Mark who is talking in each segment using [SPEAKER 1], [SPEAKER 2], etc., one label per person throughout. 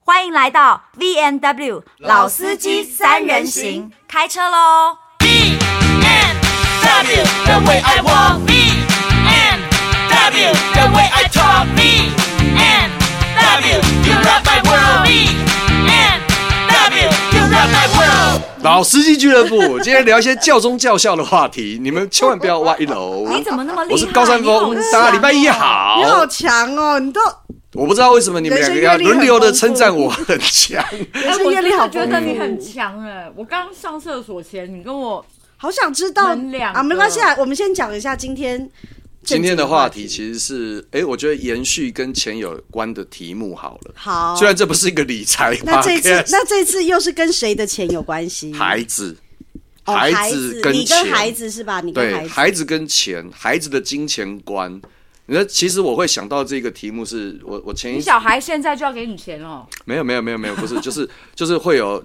[SPEAKER 1] 欢迎来到 V N W 老司机三人行，开车喽！
[SPEAKER 2] B and W, the way I walk. B and W, the way I talk. B and W, you rock my world. B and W, you rock my world.
[SPEAKER 3] 老司机俱乐部，今天聊一些教中教校的话题，你们千万不要挖一楼。啊
[SPEAKER 1] 你怎么那么厉害？
[SPEAKER 3] 我是高山峰
[SPEAKER 1] 你好强，
[SPEAKER 3] 大家礼拜一好
[SPEAKER 4] 你。好强哦！你都
[SPEAKER 3] 我不知道为什么你们两个要
[SPEAKER 4] 人生阅历很
[SPEAKER 3] 轮流的称赞我 很强，
[SPEAKER 4] 人生阅历好
[SPEAKER 5] 哎我真的觉得你
[SPEAKER 4] 丰
[SPEAKER 5] 很
[SPEAKER 4] 富
[SPEAKER 5] 强哎！我刚上厕所前，你跟我
[SPEAKER 4] 好想知道
[SPEAKER 5] 门两个
[SPEAKER 4] 啊，没关系啊，我们先讲一下今天
[SPEAKER 3] 今天的话题
[SPEAKER 4] 正经
[SPEAKER 3] 其实是，哎、我觉得延续跟钱有关的题目好了。
[SPEAKER 4] 好。
[SPEAKER 3] 虽然这不是一个理财 podcast，
[SPEAKER 4] 那这次那这次又是跟谁的钱有关系？
[SPEAKER 3] 孩子，
[SPEAKER 4] 哦孩
[SPEAKER 3] 子跟
[SPEAKER 4] 你
[SPEAKER 3] 钱，
[SPEAKER 4] 跟孩子是吧？你跟
[SPEAKER 3] 对
[SPEAKER 4] 孩子
[SPEAKER 3] 孩子跟钱，孩子的金钱观。你说，其实我会想到这个题目是，我我前一
[SPEAKER 5] 你小孩现在就要给你钱哦，
[SPEAKER 3] 没有没有没有没有，不是，就是就是会有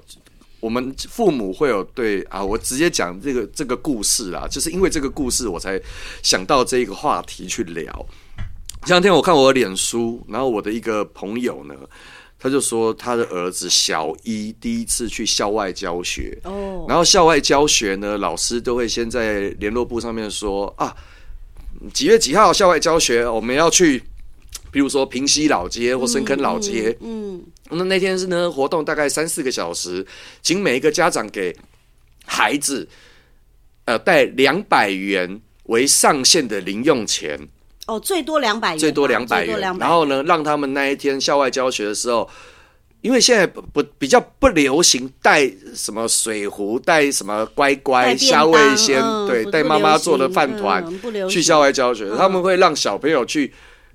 [SPEAKER 3] 我们父母会有对啊，我直接讲这个这个故事啦，就是因为这个故事我才想到这个话题去聊。前两天我看我的脸书，然后我的一个朋友呢，他就说他的儿子小一第一次去校外教学，
[SPEAKER 4] 哦，
[SPEAKER 3] 然后校外教学呢，老师都会先在联络部上面说啊，几月几号校外教学，我们要去，比如说平西老街或深坑老街。嗯，那那天是呢活动大概三四个小时，请每一个家长给孩子呃带两百元为上限的零用钱。
[SPEAKER 4] 哦，最多两百元，
[SPEAKER 3] 最多两百
[SPEAKER 4] 嗯最
[SPEAKER 3] 元
[SPEAKER 4] 多。200
[SPEAKER 3] 然后呢，让他们那一天校外教学的时候，因为现在不不比较不流行带什么水壶、带什么乖乖、
[SPEAKER 4] 带便
[SPEAKER 3] 虾
[SPEAKER 4] 当
[SPEAKER 3] 味鲜，
[SPEAKER 4] 嗯
[SPEAKER 3] 对，
[SPEAKER 4] 不
[SPEAKER 3] 带妈妈做的饭团、
[SPEAKER 4] 不流行嗯不流行嗯
[SPEAKER 3] 去校外教学，他们会让小朋友去。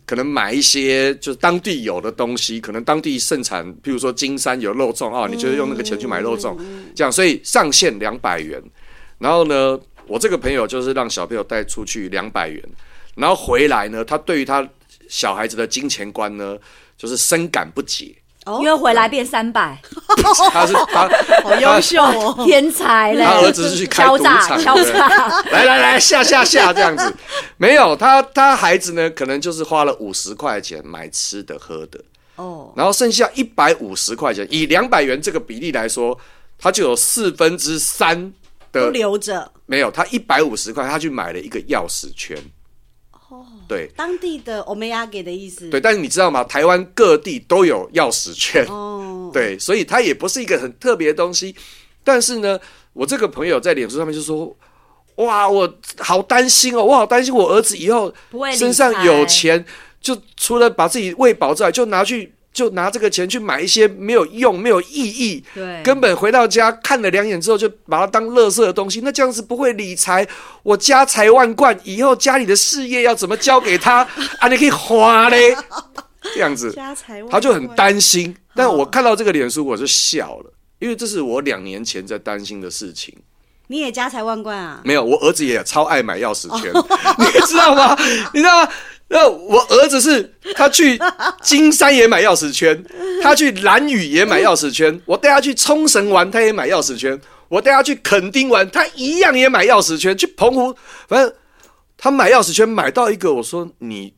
[SPEAKER 3] 可能买一些就是当地有的东西，可能当地盛产，譬如说金山有肉粽
[SPEAKER 4] 嗯
[SPEAKER 3] 哦，你就是用那个钱去买肉粽，这样，所以上限两百元。然后呢，我这个朋友就是让小朋友带出去两百元，然后回来呢，他对于他小孩子的金钱观呢，就是深感不解。
[SPEAKER 4] 哦
[SPEAKER 1] 约回来变三百，
[SPEAKER 3] 他是他
[SPEAKER 4] 好优秀 哦，
[SPEAKER 1] 天才嘞！
[SPEAKER 3] 他儿子是去开
[SPEAKER 1] 敲
[SPEAKER 3] 赌
[SPEAKER 1] 诈
[SPEAKER 3] 场的
[SPEAKER 1] 敲诈，
[SPEAKER 3] 来来来下下下这样子，没有他他孩子呢，可能就是花了五十块钱买吃的喝的，
[SPEAKER 4] 哦，
[SPEAKER 3] 然后剩下一百五十块钱，以两百元这个比例来说，他就有四分之三
[SPEAKER 4] 都
[SPEAKER 3] 的
[SPEAKER 4] 留着
[SPEAKER 3] 没有，他一百五十块，他去买了一个钥匙圈。哦，对
[SPEAKER 4] 当地的欧米亚给的意思。
[SPEAKER 3] 对，但是你知道吗？台湾各地都有钥匙圈，
[SPEAKER 4] 哦，
[SPEAKER 3] 对，所以它也不是一个很特别的东西。但是呢，我这个朋友在脸书上面就说：“哇，我好担心哦，我好担心我儿子以后
[SPEAKER 1] 不会理财
[SPEAKER 3] 身上有钱，就除了把自己喂饱之外，就拿去就拿这个钱去买一些没有用、没有意义，
[SPEAKER 5] 对
[SPEAKER 3] 根本回到家看了两眼之后就把它当垃圾的东西。那这样子不会理财，我家财万贯，以后家里的事业要怎么交给 他啊？你可以花嘞，这样子。”
[SPEAKER 4] 家财万贯
[SPEAKER 3] 他就很担心。但
[SPEAKER 1] 嗯
[SPEAKER 3] 我看到这个脸书，我就笑了，因为这是我两年前在担心的事情。
[SPEAKER 4] 你也家财万贯啊？
[SPEAKER 3] 没有，我儿子也超爱买钥匙圈， 你知道吗？你知道吗？那我儿子是他去金山也买钥匙圈，他去兰屿也买钥匙圈，我带他去冲绳玩，他也买钥匙圈，我带他去垦丁玩，他一样也买钥匙圈，去澎湖，反正他买钥匙圈买到一个，我说你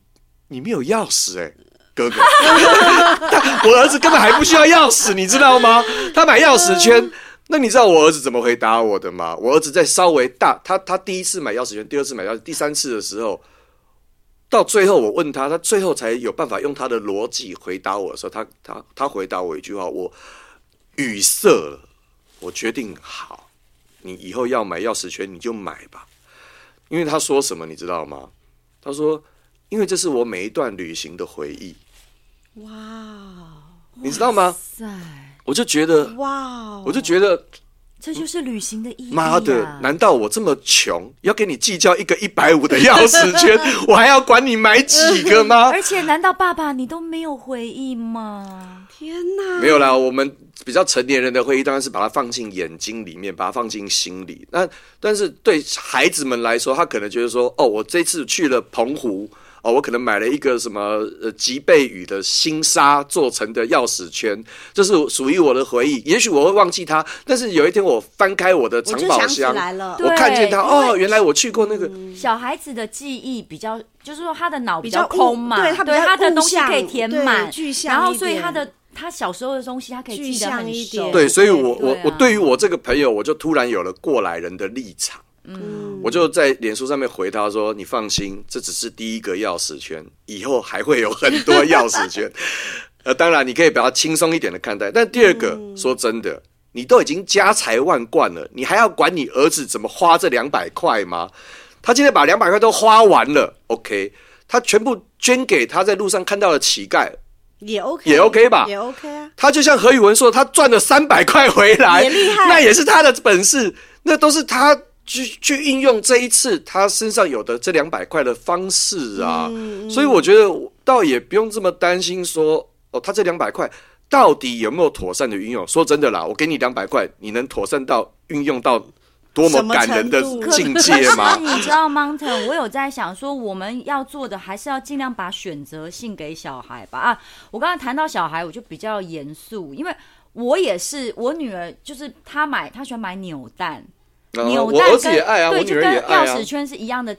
[SPEAKER 3] 你没有钥匙哎、哥哥，我儿子根本还不需要钥匙，你知道吗？他买钥匙圈。那你知道我儿子怎么回答我的吗？我儿子在稍微大，他他第一次买钥匙圈，第二次买钥匙，第三次的时候，到最后我问他，他最后才有办法用他的逻辑回答我的时候，他他他回答我一句话，我语塞了。我决定好，你以后要买钥匙圈你就买吧，因为他说什么你知道吗？他说，因为这是我每一段旅行的回忆，
[SPEAKER 4] 哇
[SPEAKER 3] 你知道吗？
[SPEAKER 5] 塞，
[SPEAKER 3] 我就觉得，
[SPEAKER 4] 哇，
[SPEAKER 3] 我就觉得
[SPEAKER 1] 这就是旅行的意义、啊。
[SPEAKER 3] 妈的，难道我这么穷，要跟你计较一个一百五的钥匙圈，我还要管你买几个吗？
[SPEAKER 1] 而且难道爸爸你都没有回忆吗？
[SPEAKER 4] 天哪！
[SPEAKER 3] 没有啦，我们比较成年人的会议当然是把它放进眼睛里面，把它放进心里。那但是对孩子们来说，他可能觉得说，哦，我这次去了澎湖，哦，我可能买了一个什么呃吉贝雨的新沙做成的钥匙圈，这是属于我的回忆。也许我会忘记它，但是有一天我翻开我的藏
[SPEAKER 4] 我就
[SPEAKER 3] 宝
[SPEAKER 4] 想起
[SPEAKER 3] 箱
[SPEAKER 4] 来了，
[SPEAKER 3] 我看见它，
[SPEAKER 1] 对因为
[SPEAKER 3] 哦，原来我去过那
[SPEAKER 4] 嗯
[SPEAKER 3] 个。
[SPEAKER 1] 小孩子的记忆比较，就是说他的脑
[SPEAKER 4] 比
[SPEAKER 1] 较
[SPEAKER 4] 较物
[SPEAKER 1] 空嘛，
[SPEAKER 4] 对他比较
[SPEAKER 1] 他的
[SPEAKER 4] 物
[SPEAKER 1] 东西
[SPEAKER 4] 象
[SPEAKER 1] 可以填
[SPEAKER 4] 对
[SPEAKER 1] 满
[SPEAKER 4] 具，象
[SPEAKER 1] 然后
[SPEAKER 4] 一
[SPEAKER 1] 所以
[SPEAKER 4] 点
[SPEAKER 1] 他的
[SPEAKER 5] 他小时候的东西，他可以
[SPEAKER 4] 具
[SPEAKER 5] 记得
[SPEAKER 4] 象
[SPEAKER 5] 很
[SPEAKER 4] 一
[SPEAKER 5] 熟
[SPEAKER 4] 点
[SPEAKER 3] 对，所以我
[SPEAKER 6] 对
[SPEAKER 3] 我、
[SPEAKER 6] 啊
[SPEAKER 3] 我对于我这个朋友，我就突然有了过来人的立场。嗯，我就在脸书上面回他说：“你放心，这只是第一个钥匙圈，以后还会有很多钥匙圈。呃，当然你可以把它轻松一点的看待。但第二个，说真的，你都已经家财万贯了，你还要管你儿子怎么花这两百块吗？他今天把两百块都花完了，OK，他全部捐给他在路上看到的乞丐，
[SPEAKER 4] 也 OK，
[SPEAKER 3] 也 OK 吧
[SPEAKER 4] 也 OK 啊。
[SPEAKER 3] 他就像何宇文说，他赚了三百块回来，
[SPEAKER 4] 也厉害
[SPEAKER 3] 那也是他的本事，那都是他去去运用这一次他身上有的这两百块的方式啊。
[SPEAKER 5] 嗯
[SPEAKER 3] 所以我觉得我倒也不用这么担心说，哦，他这两百块到底有没有妥善的运用？说真的啦，我给你两百块，你能妥善到运用到多么感人的
[SPEAKER 4] 什么程度
[SPEAKER 3] 境界吗
[SPEAKER 5] 可？是你知道 Mountain，我有在想说，我们要做的还是要尽量把选择性给小孩吧。啊，我刚才谈到小孩，我就比较严肃，因为我也是，我女儿就是她买，她喜欢买扭蛋，
[SPEAKER 3] 啊
[SPEAKER 5] 扭
[SPEAKER 3] 我
[SPEAKER 5] 蛋
[SPEAKER 3] 儿
[SPEAKER 5] 跟
[SPEAKER 3] 子也爱啊，我
[SPEAKER 5] 对，
[SPEAKER 3] 女
[SPEAKER 5] 就
[SPEAKER 3] 儿
[SPEAKER 5] 跟
[SPEAKER 3] 也爱
[SPEAKER 5] 钥
[SPEAKER 3] 啊
[SPEAKER 5] 匙。圈是一样的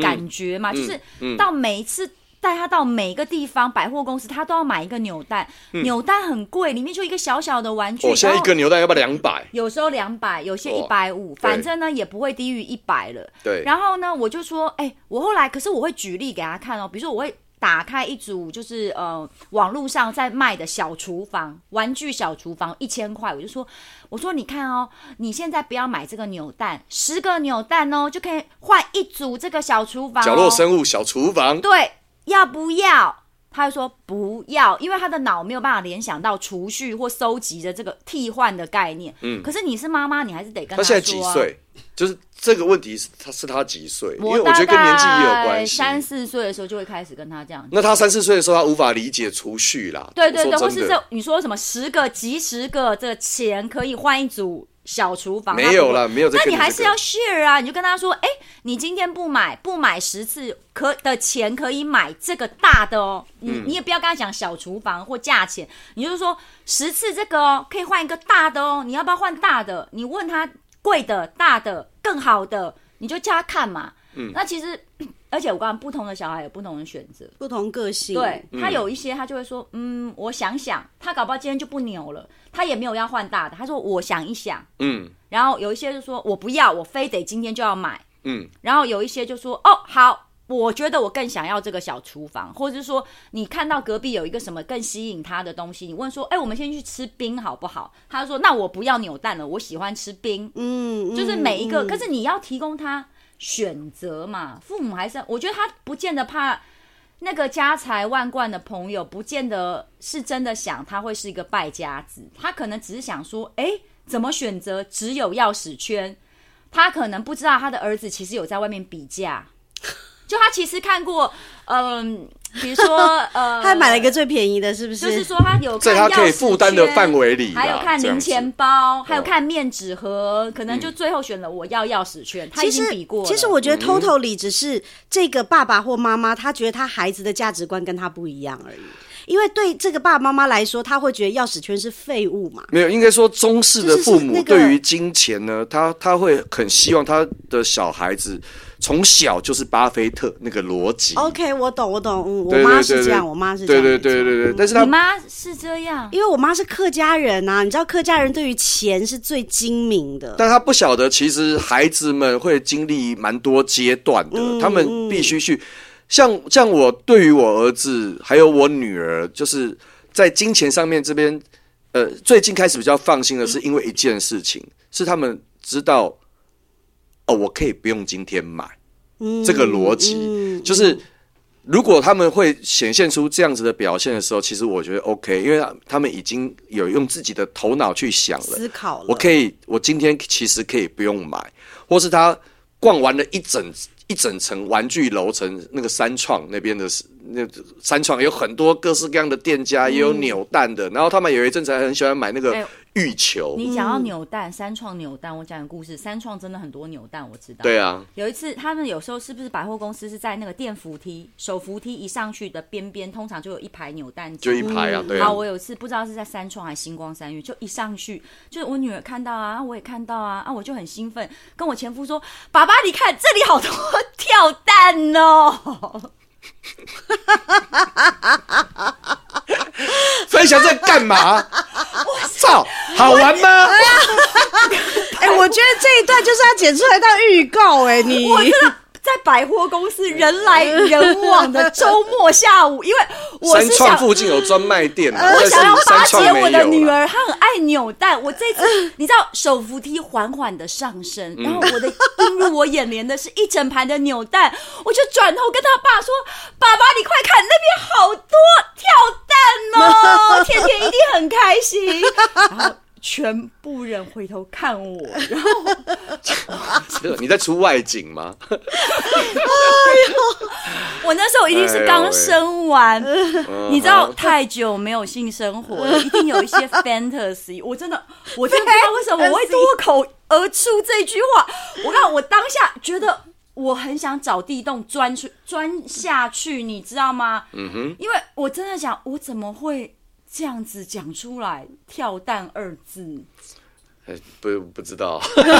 [SPEAKER 5] 感觉嘛，就是
[SPEAKER 3] 嗯
[SPEAKER 5] 到每一次。带她到每一个地方，百货公司她都要买一个扭蛋，
[SPEAKER 3] 嗯
[SPEAKER 5] 扭蛋很贵，里面就一个小小的玩具。
[SPEAKER 3] 我、哦、现在
[SPEAKER 5] 然
[SPEAKER 3] 哦一
[SPEAKER 5] 后
[SPEAKER 3] 个牛蛋要不要两百？
[SPEAKER 5] 有时候两百，有些一
[SPEAKER 3] 哇
[SPEAKER 5] 百五，反正呢也不会低于一百了。
[SPEAKER 3] 对
[SPEAKER 5] 然后呢，我就说，哎、我后来可是我会举例给他看哦，比如说我会打开一组就是呃网络上在卖的小厨房玩具小厨房一千块，我就说，我说你看哦，你现在不要买这个扭蛋，十个扭蛋哦就可以换一组这个小厨房、哦，
[SPEAKER 3] 角落生物小厨房，
[SPEAKER 5] 对，要不要？他就说不要，因为他的脑没有办法联想到储蓄或收集的这个替换的概念。嗯，可是你是妈妈，你还是得跟
[SPEAKER 3] 他
[SPEAKER 5] 说、啊。
[SPEAKER 3] 现在几？岁？就是这个问题是他是他几岁？因
[SPEAKER 5] 我
[SPEAKER 3] 为我觉得跟年纪也有关系。
[SPEAKER 5] 三四岁的时候就会开始跟他这样讲。
[SPEAKER 3] 那他三四岁的时候，他无法理解储蓄啦。
[SPEAKER 5] 对对对，或
[SPEAKER 3] 我说真
[SPEAKER 5] 是
[SPEAKER 3] 的
[SPEAKER 5] 这你说什么十个几十个这钱可以换一组小厨房？啊
[SPEAKER 3] 没有
[SPEAKER 5] 了，
[SPEAKER 3] 啦，没有这
[SPEAKER 5] 那
[SPEAKER 3] 跟
[SPEAKER 5] 你
[SPEAKER 3] 这个。
[SPEAKER 5] 还是要 share 啊，你就跟他说，哎、你今天不买，不买十次可的钱可以买这个大的哦。你、
[SPEAKER 3] 嗯
[SPEAKER 5] 你也不要跟他讲小厨房或价钱，你就说十次这个哦，可以换一个大的哦。你要不要换大的？你问他贵的、大的、更好的，你就叫他看嘛。嗯，那其实。 而且我刚刚不同的小孩有不同的选择，
[SPEAKER 4] 不同个性，
[SPEAKER 5] 对，他有一些他就会说，嗯，我想想，他搞不好今天就不扭了，他也没有要换大的，他说我想一想，
[SPEAKER 3] 嗯
[SPEAKER 5] 然后有一些就说我不要，我非得今天就要买。
[SPEAKER 3] 嗯，
[SPEAKER 5] 然后有一些就说哦好，我觉得我更想要这个小厨房，或者是说你看到隔壁有一个什么更吸引他的东西，你问说哎、我们先去吃冰好不好？他就说那我不要扭蛋了，我喜欢吃冰。
[SPEAKER 4] 嗯，嗯，
[SPEAKER 5] 就是每一个，
[SPEAKER 4] 嗯
[SPEAKER 5] 可是你要提供他选择嘛，父母还是我觉得他不见得怕。那个家财万贯的朋友，不见得是真的想他会是一个败家子，他可能只是想说，哎，怎么选择只有钥匙圈？他可能不知道他的儿子其实有在外面比价，就他其实看过，嗯、比如说， 呃，
[SPEAKER 4] 他还买了一个最便宜的，是不是？
[SPEAKER 5] 就是说他有看
[SPEAKER 3] 在他可以
[SPEAKER 5] 钥匙
[SPEAKER 3] 负担的
[SPEAKER 5] 圈
[SPEAKER 3] 范围里啦，
[SPEAKER 5] 还有看
[SPEAKER 3] 这样
[SPEAKER 5] 零
[SPEAKER 3] 子哦嗯
[SPEAKER 5] 钱包，还有看面纸盒，可能就最后选了我要钥匙圈。他已
[SPEAKER 4] 其
[SPEAKER 5] 经
[SPEAKER 4] 实
[SPEAKER 5] 比过了，
[SPEAKER 4] 其实我觉得 totally 只是这个爸爸或妈妈，他觉得他孩子的价值观跟他不一样而已。因为对这个爸爸妈妈来说，他会觉得钥匙圈是废物嘛。
[SPEAKER 3] 没有，应该说中式的父母
[SPEAKER 4] 就是那个
[SPEAKER 3] 对于金钱呢，他他会很希望他的小孩子从小就是巴菲特那个逻辑。
[SPEAKER 4] OK，我懂，我懂，嗯，我
[SPEAKER 3] 嗯对
[SPEAKER 4] 妈
[SPEAKER 3] 对
[SPEAKER 4] 是
[SPEAKER 3] 对
[SPEAKER 4] 这样，
[SPEAKER 3] 对
[SPEAKER 4] 我妈是这
[SPEAKER 3] 对
[SPEAKER 4] 样，
[SPEAKER 3] 对对对对，但是他
[SPEAKER 5] 你妈是这样，
[SPEAKER 4] 因为我妈是客家人呐、啊，你知道客家人对于钱是最精明的。
[SPEAKER 3] 但他不晓得，其实孩子们会经历蛮多阶段的，他们必须去，像像我对于我儿子还有我女儿，就是在金钱上面这边，呃，最近开始比较放心的是，因为一件事情、是他们知道，哦，我可以不用今天买，这个逻辑、就是。如果他们会显现出这样子的表现的时候，其实我觉得 OK，因为他他们已经有用自己的头脑去想了，
[SPEAKER 4] 思考了，
[SPEAKER 3] 我可以，我今天其实可以不用买，或是他逛完了一整一整层玩具楼层，那个三创那边的那三创有很多各式各样的店家，也有扭蛋的，然后他们有一阵子还很喜欢买那
[SPEAKER 5] 哎
[SPEAKER 3] 个浴球，
[SPEAKER 5] 你讲到扭蛋，三创扭蛋，我讲个故事，三创真的很多扭蛋，我知道。
[SPEAKER 3] 对啊，
[SPEAKER 5] 有一次，他们有时候是不是百货公司是在那个电扶梯、手扶梯一上去的边边，通常就有一排扭蛋机，
[SPEAKER 3] 就一排啊，对啊
[SPEAKER 5] 好，，我有一次不知道是在三创还是星光三月，就一上去，就是我女儿看到啊，我也看到啊，啊，我就很兴奋，跟我前夫说：“爸爸，你看这里好多跳蛋 哦。”
[SPEAKER 3] 分享这干嘛？操，好玩吗？
[SPEAKER 4] 哎、我觉得这一段就是要剪出来当预告哎、你
[SPEAKER 5] 我真的在百货公司人来人往的周末下午，因为我
[SPEAKER 3] 三
[SPEAKER 5] 是
[SPEAKER 3] 创
[SPEAKER 5] 想。呃
[SPEAKER 3] 附近有专卖店啊，
[SPEAKER 5] 我
[SPEAKER 3] 但是
[SPEAKER 5] 想要巴
[SPEAKER 3] 三
[SPEAKER 5] 结
[SPEAKER 3] 创没
[SPEAKER 5] 我的女
[SPEAKER 3] 有了。
[SPEAKER 5] 儿，她很爱扭蛋。我这次，你知道，手扶梯缓缓的上升，然后我的映入我眼帘的是一整排的扭蛋，我就转头跟他爸说：“爸爸，你快看，那边好多跳蛋哦，天天一定很开心。”然后全部人回头看我，然后
[SPEAKER 3] 这 你在出外景吗？
[SPEAKER 5] 我那时候一定是刚生完，你知道太久没有性生活了，一定有一些 fantasy。我真的，我真的不知道为什么我会脱口而出这句话。我看我当下觉得我很想找地洞钻出钻下去，你知道吗？嗯哼，因为我真的想，我怎么会这样子讲出来“跳蛋”二字？
[SPEAKER 3] 呃不不知道，
[SPEAKER 5] 如果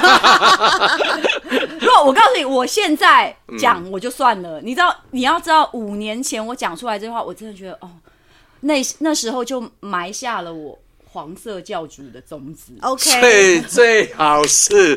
[SPEAKER 5] 我告诉你，我现在讲
[SPEAKER 4] 嗯
[SPEAKER 5] 我就算了，你知道，你要知道，五年前我讲出来这句话，我真的觉得哦，那那时候就埋下了我黄色教主的种子。
[SPEAKER 4] 哦 OK，
[SPEAKER 3] 最最好是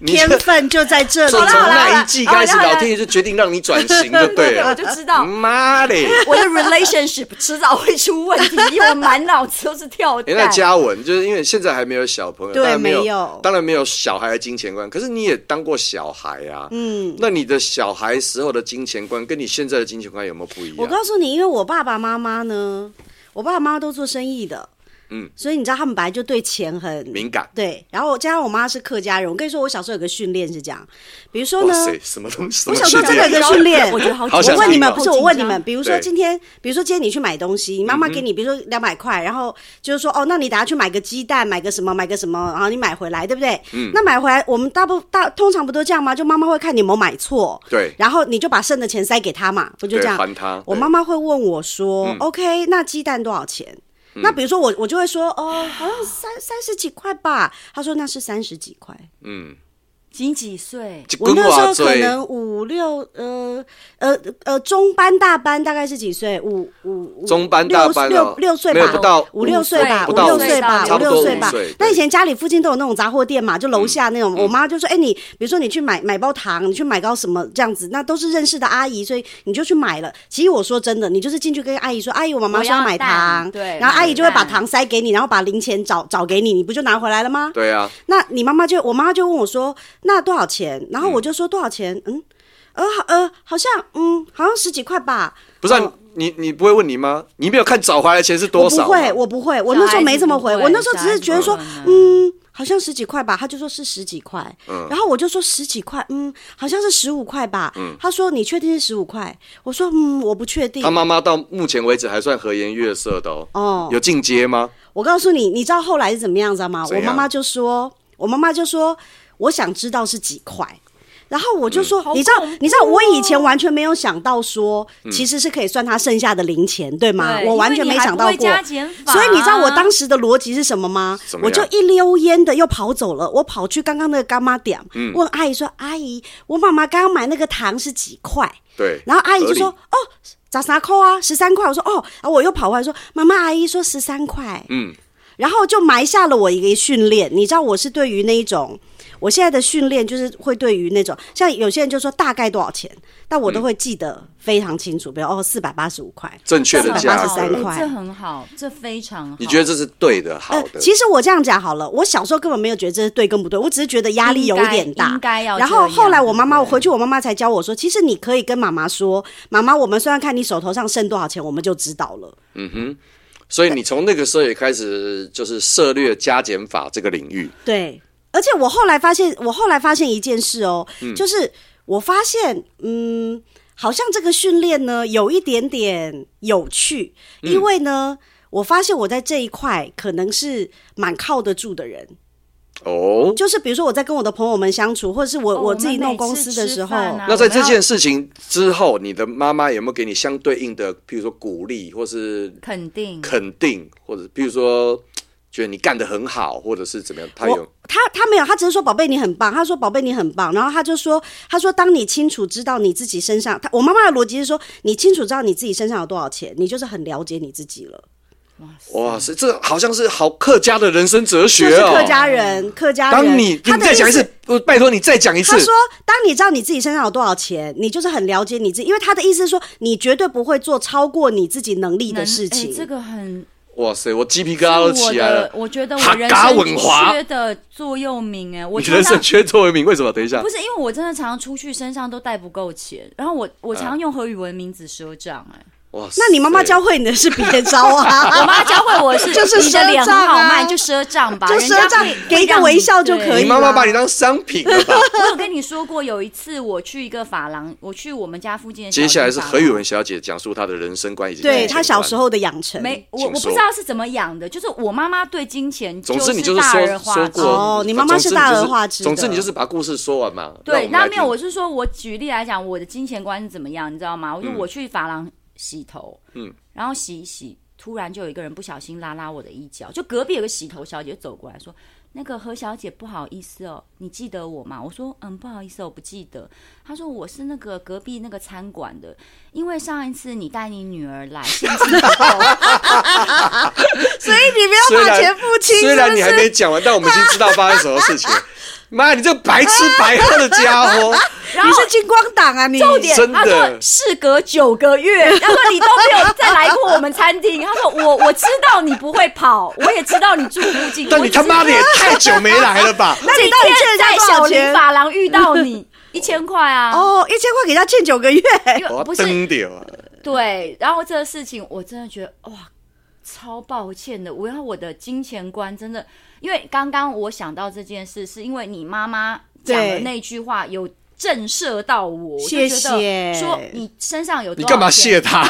[SPEAKER 3] 你
[SPEAKER 4] 天
[SPEAKER 3] 就
[SPEAKER 4] 分就在这里。
[SPEAKER 3] 从从
[SPEAKER 5] 好啦
[SPEAKER 3] 那一季开
[SPEAKER 4] 哦
[SPEAKER 3] 始，
[SPEAKER 5] 好啦好啦
[SPEAKER 3] 老天爷就决定让你转型， 就对
[SPEAKER 5] 我
[SPEAKER 3] 了。
[SPEAKER 5] 就知道
[SPEAKER 3] 妈嘞！
[SPEAKER 5] 我的 relationship 迟早会出问题，因为我满脑子都是跳
[SPEAKER 3] 哎、那
[SPEAKER 5] 蛋。
[SPEAKER 3] 嘉文就是因为现在还没有小朋友，
[SPEAKER 4] 对
[SPEAKER 3] 当然没有，
[SPEAKER 4] 没有
[SPEAKER 3] 当然没有小孩的金钱观。可是你也当过小孩啊，嗯，那你的小孩时候的金钱观跟你现在的金钱观有没有不一
[SPEAKER 4] 我
[SPEAKER 3] 样？
[SPEAKER 4] 告诉你，因为我爸爸妈妈呢，我爸爸妈妈都做生意的，
[SPEAKER 3] 嗯，
[SPEAKER 4] 所以你知道他们本来就对钱很
[SPEAKER 3] 敏感
[SPEAKER 4] 对，然后我加上我妈是客家人，我跟你说，我小时候有个训练是这样，比如说
[SPEAKER 3] 哇
[SPEAKER 4] 呢，
[SPEAKER 3] 塞，什么东西？什
[SPEAKER 4] 我
[SPEAKER 3] 么
[SPEAKER 4] 小时候
[SPEAKER 3] 世界
[SPEAKER 4] 真的有个训练，
[SPEAKER 5] 我觉得好
[SPEAKER 3] 好
[SPEAKER 5] 紧
[SPEAKER 3] 想
[SPEAKER 5] 张
[SPEAKER 4] 我问你们，
[SPEAKER 3] 听
[SPEAKER 4] 不
[SPEAKER 3] 哦
[SPEAKER 4] 是我问你们，比如说
[SPEAKER 3] 对嗯
[SPEAKER 4] 今天，比如说今天你去买东西，你妈妈给你，比如说两百块，然后就是说，哦，那你等下去买个鸡蛋，买个什么，买个什么，然后你买回来，对不对？
[SPEAKER 3] 嗯
[SPEAKER 4] 那买回来，我们大部大通常不都这样吗？就妈妈会看你有没有买错，
[SPEAKER 3] 对
[SPEAKER 4] 然后你就把剩的钱塞给她嘛，不就这样？
[SPEAKER 3] 对还她
[SPEAKER 4] 我
[SPEAKER 3] 对嗯
[SPEAKER 4] 妈妈会问我说、o k 那鸡蛋多少钱？”那比如说我，我就会说，哦，好像三三十几块吧。她说那是三十几块。
[SPEAKER 3] 嗯，
[SPEAKER 5] 仅几岁？
[SPEAKER 3] 就
[SPEAKER 4] 我
[SPEAKER 3] 跟
[SPEAKER 4] 那时候
[SPEAKER 3] 我
[SPEAKER 4] 可
[SPEAKER 3] 追，
[SPEAKER 4] 能五六呃呃呃中班大班大概是几岁？五五五
[SPEAKER 3] 中班大班
[SPEAKER 4] 六
[SPEAKER 3] 哦
[SPEAKER 4] 六六岁
[SPEAKER 3] 没有
[SPEAKER 4] 吧，
[SPEAKER 3] 不到
[SPEAKER 4] 五六岁吧，
[SPEAKER 3] 不
[SPEAKER 4] 五
[SPEAKER 3] 到
[SPEAKER 4] 六
[SPEAKER 3] 五
[SPEAKER 4] 岁吧，
[SPEAKER 5] 差
[SPEAKER 4] 五
[SPEAKER 5] 不多
[SPEAKER 4] 六岁吧
[SPEAKER 3] 五岁。
[SPEAKER 4] 那以
[SPEAKER 3] 对
[SPEAKER 4] 前家里附近都有那种杂货店嘛，就楼下那种，我妈就说：“哎，你比如说你去买买包糖，你去买包什么这样子，那都是认识的阿姨，所以你就去买了。”其实我说真的，你就是进去跟阿姨说：“阿姨，我妈妈
[SPEAKER 5] 我
[SPEAKER 4] 说
[SPEAKER 5] 要
[SPEAKER 4] 买
[SPEAKER 5] 蛋
[SPEAKER 4] 糖。”
[SPEAKER 5] 对
[SPEAKER 4] 然后阿姨
[SPEAKER 5] 买
[SPEAKER 4] 就会把
[SPEAKER 5] 蛋
[SPEAKER 4] 糖塞给你，然后把零钱找找给你，你不就拿回来了吗？
[SPEAKER 3] 对啊，
[SPEAKER 4] 那你妈妈就我妈妈就问我说，那多少钱？然后我就说多少钱？嗯，呃好呃，好像嗯，好像十几块吧。
[SPEAKER 3] 不是啊、
[SPEAKER 4] 哦
[SPEAKER 3] 你你不会问你吗？你没有看找回来的钱是多
[SPEAKER 4] 我不
[SPEAKER 3] 少吗？啊
[SPEAKER 4] 会，我不会，我那时候没这么回，
[SPEAKER 5] 小孩子不会
[SPEAKER 4] 我那时候只是觉得说
[SPEAKER 5] 小孩子，不会
[SPEAKER 4] 嗯，好像十几块吧。他就说是十几块，
[SPEAKER 3] 嗯
[SPEAKER 4] 然后我就说十几块，嗯，好像是十五块吧。他说你确定是十五块？我说嗯，我不确定
[SPEAKER 3] 嗯他。妈妈到目前为止还算和颜悦色的哦，
[SPEAKER 4] 哦
[SPEAKER 3] 有进阶吗？
[SPEAKER 4] 我告诉你，你知道后来是怎么样，知道吗？
[SPEAKER 3] 怎
[SPEAKER 4] 我
[SPEAKER 3] 样
[SPEAKER 4] 妈妈就说，我妈妈就说，我想知道是几块。然后我就说，
[SPEAKER 5] 嗯
[SPEAKER 4] 你知道，
[SPEAKER 5] 哦
[SPEAKER 4] 你知道，我以前完全没有想到说，其实是可以算他剩下的零钱，对吗？
[SPEAKER 5] 对
[SPEAKER 4] 我完全没想到
[SPEAKER 5] 因为
[SPEAKER 4] 过
[SPEAKER 5] 你还不会加减。法
[SPEAKER 4] 所以你知道我当时的逻辑是什么吗
[SPEAKER 3] 怎？么
[SPEAKER 4] 我
[SPEAKER 3] 样
[SPEAKER 4] 就一溜烟的又跑走了，我跑去刚刚那个干妈店，
[SPEAKER 5] 嗯
[SPEAKER 4] 问阿姨说：“阿姨，我妈妈刚刚买那个糖是几块？”
[SPEAKER 3] 对，
[SPEAKER 4] 然后阿姨
[SPEAKER 3] 合
[SPEAKER 4] 就
[SPEAKER 3] 理
[SPEAKER 4] 说：“哦，咋啥扣啊？十三块。”我说：“哦。”然后我又跑回来说：“妈妈，阿姨说十三块。”
[SPEAKER 3] 嗯，
[SPEAKER 4] 然后就埋下了我一个训练。你知道，我是对于那一种，我现在的训练就是会对于那种，像有些人就说大概多少钱，
[SPEAKER 5] 嗯
[SPEAKER 4] 但我都会记得非常清楚，比如哦四百八十五块。
[SPEAKER 3] 正确的价
[SPEAKER 4] 483
[SPEAKER 3] 格，
[SPEAKER 4] 块
[SPEAKER 5] 这很好，这非常好。
[SPEAKER 3] 你觉得这是对的、好
[SPEAKER 4] 呃
[SPEAKER 3] 的？，
[SPEAKER 4] 其实我这样讲好了，我小时候根本没有觉得这是对跟不对，我只是觉得压力有一点大。
[SPEAKER 5] 应该应该要这
[SPEAKER 4] 然
[SPEAKER 5] 样
[SPEAKER 4] 后后来我妈妈，我
[SPEAKER 5] 对不对
[SPEAKER 4] 回去我妈妈才教我说，其实你可以跟妈妈说，妈妈，我们虽然看你手头上剩多少钱，我们就知道了。
[SPEAKER 3] 所以你从那个时候也开始就是涉略加减法这个领域，
[SPEAKER 4] 对，而且我后来发现，我后来发现一件事哦，就是我发现，嗯，好像这个训练呢有一点点有趣，因为呢，我发现我在这一块可能是蛮靠得住的人。
[SPEAKER 3] 哦。
[SPEAKER 4] 就是比如说我在跟我的朋友们相处，或者是我、
[SPEAKER 5] 哦
[SPEAKER 4] 我自己
[SPEAKER 5] 们每
[SPEAKER 4] 弄公
[SPEAKER 5] 次
[SPEAKER 4] 司的
[SPEAKER 5] 吃
[SPEAKER 4] 时候，
[SPEAKER 5] 饭啊
[SPEAKER 3] 那在这
[SPEAKER 5] 我们要
[SPEAKER 3] 件事情之后，你的妈妈有没有给你相对应的，譬如说鼓励，或是
[SPEAKER 5] 肯定
[SPEAKER 3] 肯定，或者譬如说觉得你干得很好，或者是怎么样？她有
[SPEAKER 4] 我他他没有，他只是说宝贝你很棒，他说宝贝你很棒，然后他就说他说当你清楚知道你自己身上，他我妈妈的逻辑是说你清楚知道你自己身上有多少钱，你就是很了解你自己了。
[SPEAKER 3] 哇塞，这好像是好客家的人生哲
[SPEAKER 4] 就
[SPEAKER 3] 学
[SPEAKER 4] 是
[SPEAKER 3] 哦。
[SPEAKER 4] 客家人，客家人。
[SPEAKER 3] 当你你
[SPEAKER 4] 他的
[SPEAKER 3] 再讲一
[SPEAKER 4] 意思
[SPEAKER 3] 次，不拜托你再讲一次
[SPEAKER 4] 他。说：“当你知道你自己身上有多少钱，你就是很了解你自己，因为他的意思是说，你绝对不会做超过你自己能力
[SPEAKER 1] 能
[SPEAKER 4] 的事情。
[SPEAKER 1] 哎这个很
[SPEAKER 3] 哇塞，我鸡皮疙
[SPEAKER 1] 是
[SPEAKER 3] 瘩
[SPEAKER 1] 我
[SPEAKER 3] 都起来
[SPEAKER 1] 的
[SPEAKER 3] 了，。
[SPEAKER 1] 我觉得我
[SPEAKER 3] 哈
[SPEAKER 1] 人
[SPEAKER 3] 嘎
[SPEAKER 1] 生
[SPEAKER 3] 文华
[SPEAKER 1] 缺的座右铭哎，我
[SPEAKER 3] 你
[SPEAKER 1] 常
[SPEAKER 3] 人
[SPEAKER 1] 常
[SPEAKER 3] 生缺座文明为什么？等一下
[SPEAKER 1] 不，是因为我真的常常出去身上都带不够钱，然后我
[SPEAKER 3] 嗯
[SPEAKER 1] 我常常用和语文名字赊账哎。
[SPEAKER 3] 哇塞，
[SPEAKER 4] 那你妈妈教会你的是别的招
[SPEAKER 1] 我
[SPEAKER 4] 啊，
[SPEAKER 1] 妈教会我是，
[SPEAKER 4] 就是
[SPEAKER 1] 你的脸
[SPEAKER 4] 赊
[SPEAKER 1] 很
[SPEAKER 4] 账啊
[SPEAKER 1] 好卖，就赊账吧，
[SPEAKER 4] 就
[SPEAKER 1] 人家
[SPEAKER 4] 赊账
[SPEAKER 1] 会
[SPEAKER 4] 给一个
[SPEAKER 1] 让你
[SPEAKER 4] 微笑就
[SPEAKER 1] 对
[SPEAKER 4] 可以
[SPEAKER 3] 你
[SPEAKER 4] 了
[SPEAKER 3] 妈妈把你当商品了吧？
[SPEAKER 1] 我有跟你说过，有一次我去一个发廊，我去我们家附近的小
[SPEAKER 3] 接下来是
[SPEAKER 1] 地方
[SPEAKER 3] 何宇文小姐讲述她的人生观以及
[SPEAKER 4] 对
[SPEAKER 3] 金钱
[SPEAKER 4] 他小
[SPEAKER 3] 观
[SPEAKER 4] 时候的养成。
[SPEAKER 1] 没我
[SPEAKER 3] 请
[SPEAKER 1] 我不
[SPEAKER 3] 说
[SPEAKER 1] 知道是怎么养的，就是我妈妈对金钱
[SPEAKER 3] 总之你
[SPEAKER 1] 就是大
[SPEAKER 3] 说
[SPEAKER 1] 而化
[SPEAKER 3] 说
[SPEAKER 1] 之
[SPEAKER 3] 过
[SPEAKER 4] 哦你妈妈是大而化之的
[SPEAKER 3] 总之你就是把故事说完嘛。
[SPEAKER 1] 对，
[SPEAKER 3] 让
[SPEAKER 1] 那
[SPEAKER 3] 我们来
[SPEAKER 1] 没有，
[SPEAKER 3] 听
[SPEAKER 1] 我是说我举例来讲，我的金钱观是怎么样，你知道吗？我就我去发廊洗头，
[SPEAKER 3] 嗯
[SPEAKER 1] 嗯，然后洗一洗，突然就有一个人不小心拉拉我的衣角，就隔壁有个洗头小姐走过来说。那个何小姐，不好意思哦，你记得我吗？我说，嗯，不好意思哦，我不记得。她说我是那个隔壁那个餐馆的，因为上一次你带你女儿来，心情不够，
[SPEAKER 4] 所以你不要把钱付清，
[SPEAKER 3] 虽然你
[SPEAKER 4] 是
[SPEAKER 3] 还
[SPEAKER 4] 不
[SPEAKER 3] 没
[SPEAKER 4] 是？
[SPEAKER 3] 讲完，但我们已经知道发生什么事情。妈，你这白吃白喝的家伙！
[SPEAKER 1] 然
[SPEAKER 4] 你
[SPEAKER 1] 后
[SPEAKER 4] 是金光党啊你！
[SPEAKER 1] 重点
[SPEAKER 3] 真，的
[SPEAKER 1] 他说事隔九个月，他说你都没有再来过我们餐厅，他说我我知道你不会跑，我也知道你住附近，
[SPEAKER 3] 但你他妈的也
[SPEAKER 1] 我
[SPEAKER 3] 太久没来了吧？
[SPEAKER 4] 那
[SPEAKER 1] 只
[SPEAKER 4] 你
[SPEAKER 1] 是
[SPEAKER 4] 到底
[SPEAKER 1] 今
[SPEAKER 4] 欠人
[SPEAKER 1] 天
[SPEAKER 4] 家
[SPEAKER 1] 在
[SPEAKER 4] 多
[SPEAKER 1] 小
[SPEAKER 4] 少
[SPEAKER 1] 林
[SPEAKER 4] 钱？
[SPEAKER 1] 法郎遇到你 一千块啊，
[SPEAKER 4] 哦，一千块给他欠九个 月，
[SPEAKER 1] 因
[SPEAKER 3] 我
[SPEAKER 1] 为
[SPEAKER 3] 要
[SPEAKER 1] 不是
[SPEAKER 3] 登掉啊！
[SPEAKER 1] 对，然后这个事情我真的觉得哇。超抱歉的，我要我的金钱观真的，因为刚刚我想到这件事，是因为你妈妈讲的
[SPEAKER 4] 对
[SPEAKER 1] 那句话有震慑到我，我
[SPEAKER 4] 谢
[SPEAKER 1] 就觉
[SPEAKER 4] 谢
[SPEAKER 1] 得说你身上有
[SPEAKER 3] 你
[SPEAKER 1] 多少
[SPEAKER 3] 干嘛
[SPEAKER 1] 钱
[SPEAKER 3] 谢他？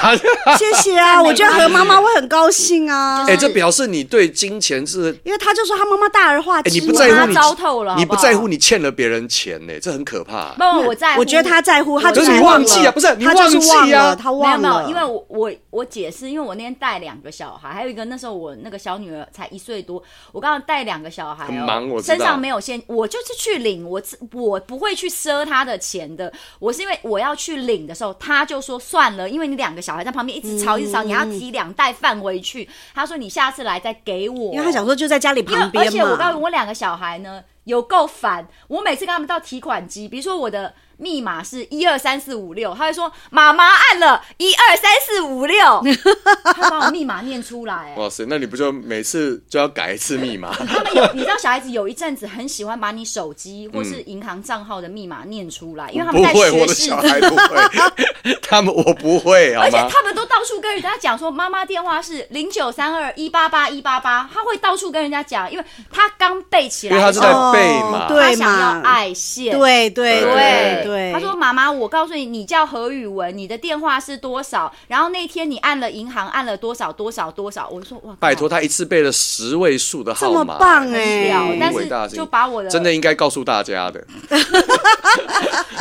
[SPEAKER 4] 谢谢啊！
[SPEAKER 1] 赞美
[SPEAKER 4] 我觉得何妈妈会很高兴啊，
[SPEAKER 3] 哎，这表示你对金钱是，
[SPEAKER 4] 因为她就说她妈妈大而化之
[SPEAKER 3] 哎，
[SPEAKER 4] 嘛。
[SPEAKER 3] 你不在乎你
[SPEAKER 1] 我妈糟透了好不好
[SPEAKER 3] 你不在乎你欠了别人钱呢，这很可怕。
[SPEAKER 1] 不，我在乎，
[SPEAKER 4] 我觉得他在乎，他
[SPEAKER 1] 可
[SPEAKER 4] 就是是
[SPEAKER 1] 你
[SPEAKER 4] 忘
[SPEAKER 3] 忘记啊
[SPEAKER 4] 了
[SPEAKER 3] 不是你
[SPEAKER 4] 他就是
[SPEAKER 3] 忘
[SPEAKER 4] 忘
[SPEAKER 3] 记啊
[SPEAKER 4] 了，他
[SPEAKER 1] 没有
[SPEAKER 4] 忘
[SPEAKER 1] 没
[SPEAKER 4] 了，
[SPEAKER 1] 有，因为我我我解释，因为我那天带两个小孩，还有一个那时候我那个小女儿才一岁多，我刚刚带两个小孩、哦，
[SPEAKER 3] 很忙我知道
[SPEAKER 1] 身上没有现，我就是去领，我自我不会去赊他的钱的，我是因为我要去领的时候，他就说算了，因为你两个小孩在旁边一直吵一直吵，你要提两袋饭回去，他说你下次来再给我，
[SPEAKER 4] 因为他想说就在家里
[SPEAKER 1] 因为
[SPEAKER 4] 旁边
[SPEAKER 1] 而且我告
[SPEAKER 4] 嘛。
[SPEAKER 1] 诉你，我两个小孩呢有够烦，我每次跟他们到提款机，比如说我的密码是一二三四五六，他会说妈妈按了一二三四 五六，他把我密码念出来、哎
[SPEAKER 3] 哇塞，那你不就每次就要改一次密码？
[SPEAKER 1] 他们有，你知道小孩子有一阵子很喜欢把你手机或是银行账号的密码念出来，因为他们
[SPEAKER 3] 不
[SPEAKER 1] 在
[SPEAKER 3] 会，
[SPEAKER 1] 学
[SPEAKER 3] 嗯我的
[SPEAKER 1] 识
[SPEAKER 3] 小孩不会， 他们我不会，好
[SPEAKER 1] 而且
[SPEAKER 3] 吗？
[SPEAKER 1] 他们都到处跟人家讲说，妈妈电话是零九三二一八八一八八，他会到处跟人家讲，因为他刚背起
[SPEAKER 3] 因
[SPEAKER 1] 来，
[SPEAKER 3] 为他是在背
[SPEAKER 4] 哦
[SPEAKER 3] 嘛。
[SPEAKER 4] 对
[SPEAKER 1] 他想要
[SPEAKER 4] 嘛
[SPEAKER 1] 爱线，
[SPEAKER 4] 对对
[SPEAKER 3] 对
[SPEAKER 4] 对
[SPEAKER 1] 他说：“妈妈，我告诉你，你叫何宇文，你的电话是多少？然后那天你按了银行，按了多少多少多少？”我就说：“哇，
[SPEAKER 3] 拜托，
[SPEAKER 1] 他
[SPEAKER 3] 他一次背了十位数的号
[SPEAKER 4] 这么
[SPEAKER 3] 码，
[SPEAKER 4] 棒
[SPEAKER 1] 很
[SPEAKER 4] 哎、
[SPEAKER 1] 屌
[SPEAKER 3] 很
[SPEAKER 1] 但
[SPEAKER 3] 嗯
[SPEAKER 1] 是
[SPEAKER 3] 伟大的事情
[SPEAKER 1] 就把我的
[SPEAKER 3] 真的应该告诉大家的。！”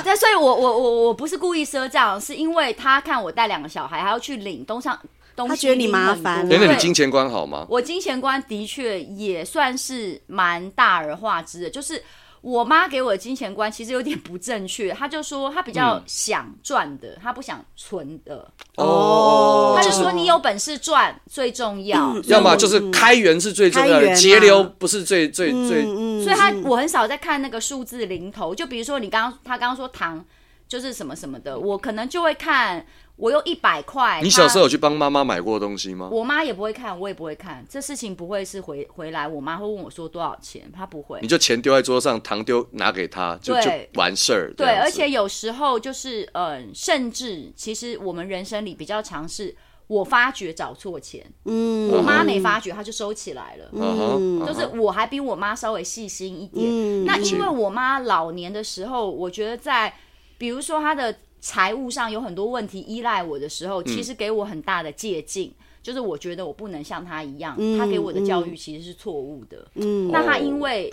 [SPEAKER 1] 但所以我，我我我不是故意赊账，是因为他看我带两个小孩，还要去领东上东西，
[SPEAKER 4] 他觉得你麻烦啊
[SPEAKER 1] 领很多
[SPEAKER 3] 等哎等，你
[SPEAKER 1] 对
[SPEAKER 3] 金钱观好吗？
[SPEAKER 1] 我金钱观的确也算是蛮大而化之的，就是我妈给我的金钱观其实有点不正确，她就说她比较
[SPEAKER 3] 嗯
[SPEAKER 1] 想赚的，她不想存的，
[SPEAKER 4] 哦
[SPEAKER 1] 她就
[SPEAKER 4] 哦
[SPEAKER 1] 说你有本事赚最重要，
[SPEAKER 3] 要么就是开源是最重要
[SPEAKER 4] 开源
[SPEAKER 3] 的，
[SPEAKER 4] 啊
[SPEAKER 3] 节流不是最最最。
[SPEAKER 4] 嗯
[SPEAKER 1] 所以他我很少在看那个数字零头，就比如说你刚刚他刚刚说糖就是什么什么的，我可能就会看，我用一百块。
[SPEAKER 3] 你
[SPEAKER 1] 他
[SPEAKER 3] 小时候有去帮妈妈买过东西吗？
[SPEAKER 1] 我妈也不会看，我也不会看，这事情不会是回回来，我妈会问我说多少钱，她不会
[SPEAKER 3] 你。就钱丢在桌上，糖丢拿给他，就就
[SPEAKER 1] 对
[SPEAKER 3] 完事儿。
[SPEAKER 1] 对
[SPEAKER 3] 这，样
[SPEAKER 1] 而
[SPEAKER 3] 子
[SPEAKER 1] 且有时候就是嗯、甚至其实我们人生里比较常是，我发觉找错钱，
[SPEAKER 4] 嗯
[SPEAKER 1] 我妈没发觉，她就收起来了。
[SPEAKER 3] 嗯哼嗯
[SPEAKER 1] 就是
[SPEAKER 3] 哼
[SPEAKER 1] 我还比我妈稍微细心一点。
[SPEAKER 4] 嗯
[SPEAKER 1] 那因为我妈老年的时候，我觉得在比如说她的财务上有很多问题依赖我的时候，其实给我很大的借鉴。就是我觉得我不能像她一样，她给我的教育其实是错误的。
[SPEAKER 4] 嗯
[SPEAKER 1] 那她因为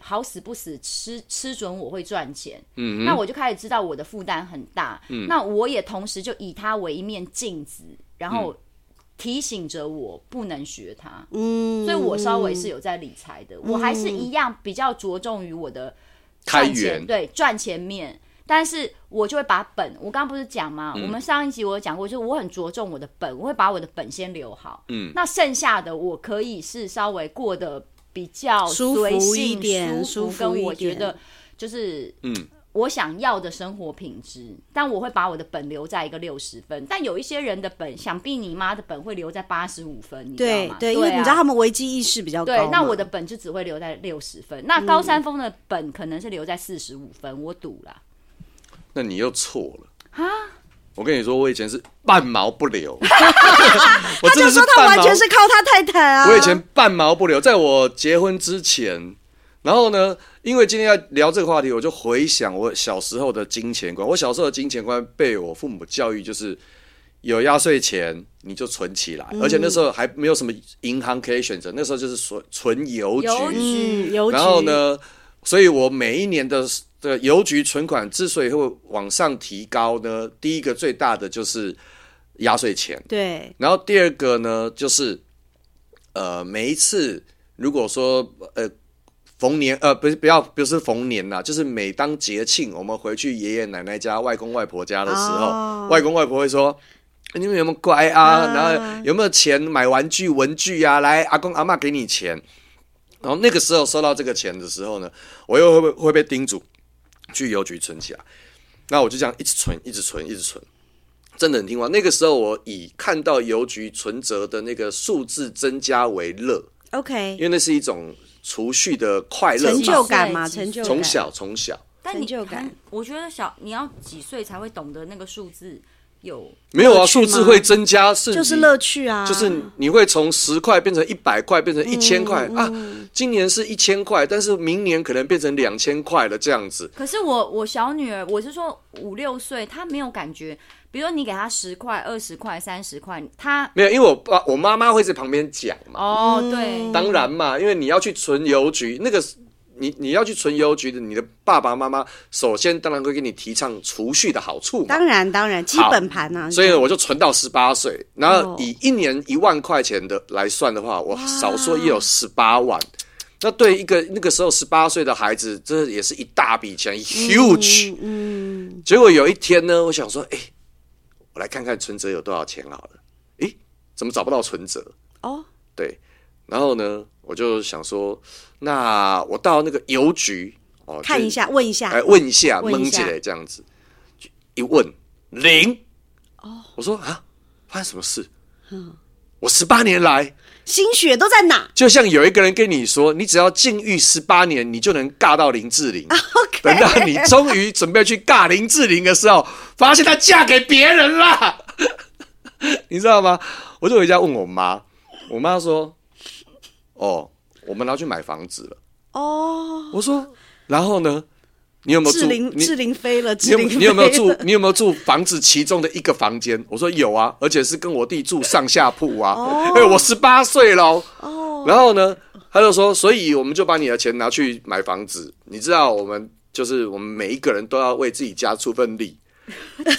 [SPEAKER 1] 好死不死吃吃准我会赚钱，
[SPEAKER 3] 嗯
[SPEAKER 1] 那
[SPEAKER 3] 哼，
[SPEAKER 1] 我就开始知道我的负担很大。那我也同时就以它为一面镜子，然后提醒着我不能学它。
[SPEAKER 4] 嗯
[SPEAKER 1] 所以我稍微是有在理财的，我还是一样比较着重于我的
[SPEAKER 3] 开
[SPEAKER 1] 赚钱
[SPEAKER 3] 源
[SPEAKER 1] 对赚钱面。但是我就会把本，我刚刚不是讲嘛，
[SPEAKER 3] 嗯
[SPEAKER 1] 我们上一集我有讲过，就是我很着重我的本，我会把我的本先留好。
[SPEAKER 3] 嗯
[SPEAKER 1] 那剩下的我可以是稍微过得比较
[SPEAKER 4] 舒服
[SPEAKER 1] 随性
[SPEAKER 4] 一点
[SPEAKER 1] 舒
[SPEAKER 4] 舒服
[SPEAKER 1] 跟我
[SPEAKER 4] 一点
[SPEAKER 1] 觉得就是
[SPEAKER 3] 嗯
[SPEAKER 1] 我想要的生活品质，但我会把我的本留在一个六十分。但有一些人的本，想必你妈的本会留在八十五分，你知道
[SPEAKER 4] 对
[SPEAKER 1] 吗？
[SPEAKER 4] 对，因为
[SPEAKER 1] 啊
[SPEAKER 4] 你知道他们危机意识比较高嘛。
[SPEAKER 1] 对，那我的本就只会留在六十分。那高
[SPEAKER 3] 嗯
[SPEAKER 1] 山峰的本可能是留在四十五分，我赌啦。
[SPEAKER 3] 那你又错了啊！我跟你说，我以前是半毛不 留，我
[SPEAKER 4] 他
[SPEAKER 3] 真
[SPEAKER 4] 就
[SPEAKER 3] 的是
[SPEAKER 4] 说他
[SPEAKER 3] 半
[SPEAKER 4] 完
[SPEAKER 3] 毛。
[SPEAKER 4] 全是靠他太太啊。
[SPEAKER 3] 我以前半毛不留，在我结婚之前，然后呢，因为今天要聊这个话题，我就回想我小时候的金钱观。我小时候的金钱观被我父母教育就是。有压岁钱你就存起来，
[SPEAKER 4] 嗯
[SPEAKER 3] 而且那时候还没有什么银行可以选择，那时候就是存存邮
[SPEAKER 1] 邮局
[SPEAKER 4] 嗯，邮局
[SPEAKER 3] 然后呢，所以我每一年的的邮局存款之所以会往上提高呢，第一个最大的就是压岁钱，
[SPEAKER 4] 对，
[SPEAKER 3] 然后第二个呢就是，呃，每一次如果说呃逢年呃不是不要不是逢年啦，就是每当节庆我们回去爷爷奶奶家、外公外婆家的时候，
[SPEAKER 4] 哦嗯
[SPEAKER 3] 外公外婆会说。哎你们有没有乖啊？然后有没有钱买玩具、文具啊？来，阿公阿妈给你钱。然后那个时候收到这个钱的时候呢，我又会会被叮嘱去邮局存起来。那我就这样一直存，一直存，一直存，真的很听话。那个时候我以看到邮局存折的那个数字增加为乐，因
[SPEAKER 4] ，OK，
[SPEAKER 3] 为那是一种储蓄的快乐吧。
[SPEAKER 4] 成就感嘛，
[SPEAKER 1] 几岁
[SPEAKER 4] 成就感。
[SPEAKER 3] 从小从小
[SPEAKER 1] 但你
[SPEAKER 4] 成就感
[SPEAKER 1] 看，我觉得小你要几岁才会懂得那个数字有
[SPEAKER 3] 没有啊，
[SPEAKER 4] 乐趣
[SPEAKER 3] 数
[SPEAKER 4] 吗
[SPEAKER 3] 字会增加是
[SPEAKER 4] 就是
[SPEAKER 3] 你
[SPEAKER 4] 乐趣啊，
[SPEAKER 3] 嗯就是你会从十块变成一百块，变成一千块
[SPEAKER 4] 嗯
[SPEAKER 3] 啊。今年是一千块，但是明年可能变成两千块了，这样子。
[SPEAKER 1] 可是我我小女儿，我是说五六岁，她没有感觉。比如说你给她十块、二十块、三十块，她
[SPEAKER 3] 没有，因为我爸我妈妈会在旁边讲嘛。
[SPEAKER 1] 哦，对，
[SPEAKER 3] 当然嘛，因为你要去存邮局，那个你你要去存邮局的，你的爸爸妈妈首先当然会给你提倡储蓄的好处嘛。
[SPEAKER 4] 当然当然基本盘啊，
[SPEAKER 3] 所以我就存到十八岁，然后
[SPEAKER 4] 哦
[SPEAKER 3] 以一年一万块钱的来算的话，我少说也有十八万。那对一个那个时候十八岁的孩子，这也是一大笔钱，huge。
[SPEAKER 4] 嗯，
[SPEAKER 3] 结果有一天呢，我想说，哎、我来看看存折有多少钱好了。诶、怎么找不到存折？
[SPEAKER 4] 哦，
[SPEAKER 3] 对，然后呢，我就想说，那我到那个邮局哦，
[SPEAKER 4] 看一下问一下
[SPEAKER 3] 来，哎问一下，
[SPEAKER 4] 问
[SPEAKER 3] 蒙
[SPEAKER 4] 一
[SPEAKER 3] 起
[SPEAKER 4] 下
[SPEAKER 3] 来这样子，就一问零，哦，我说啊，发生什么事？
[SPEAKER 4] 嗯
[SPEAKER 3] 我十八年来，
[SPEAKER 4] 心血都在哪
[SPEAKER 3] 就像有一个人跟你说，你只要禁欲十八年，你就能尬到林志玲。等
[SPEAKER 4] ？OK，
[SPEAKER 3] 到你终于准备去尬林志玲的时候，发现她嫁给别人啦， 你知道吗？我就回家问我妈，我妈说：“哦，我们拿去买房子了。
[SPEAKER 4] 哦，”
[SPEAKER 3] 我说：“然后呢？你有没有
[SPEAKER 4] 志
[SPEAKER 3] 住？
[SPEAKER 4] 玲
[SPEAKER 3] 你
[SPEAKER 4] 志玲飞了，
[SPEAKER 3] 你
[SPEAKER 4] 志
[SPEAKER 3] 有
[SPEAKER 4] 玲
[SPEAKER 3] 你有没有
[SPEAKER 4] 飞
[SPEAKER 3] 住
[SPEAKER 4] 了？
[SPEAKER 3] 你有没有住房子其中的一个房间？我说有啊，而且是跟我弟住上下铺啊。
[SPEAKER 1] 哦
[SPEAKER 3] 哎、我十八岁喽。哦。然后呢，他就说，所以我们就把你的钱拿去买房子。你知道，我们就是我们每一个人都要为自己家出份力。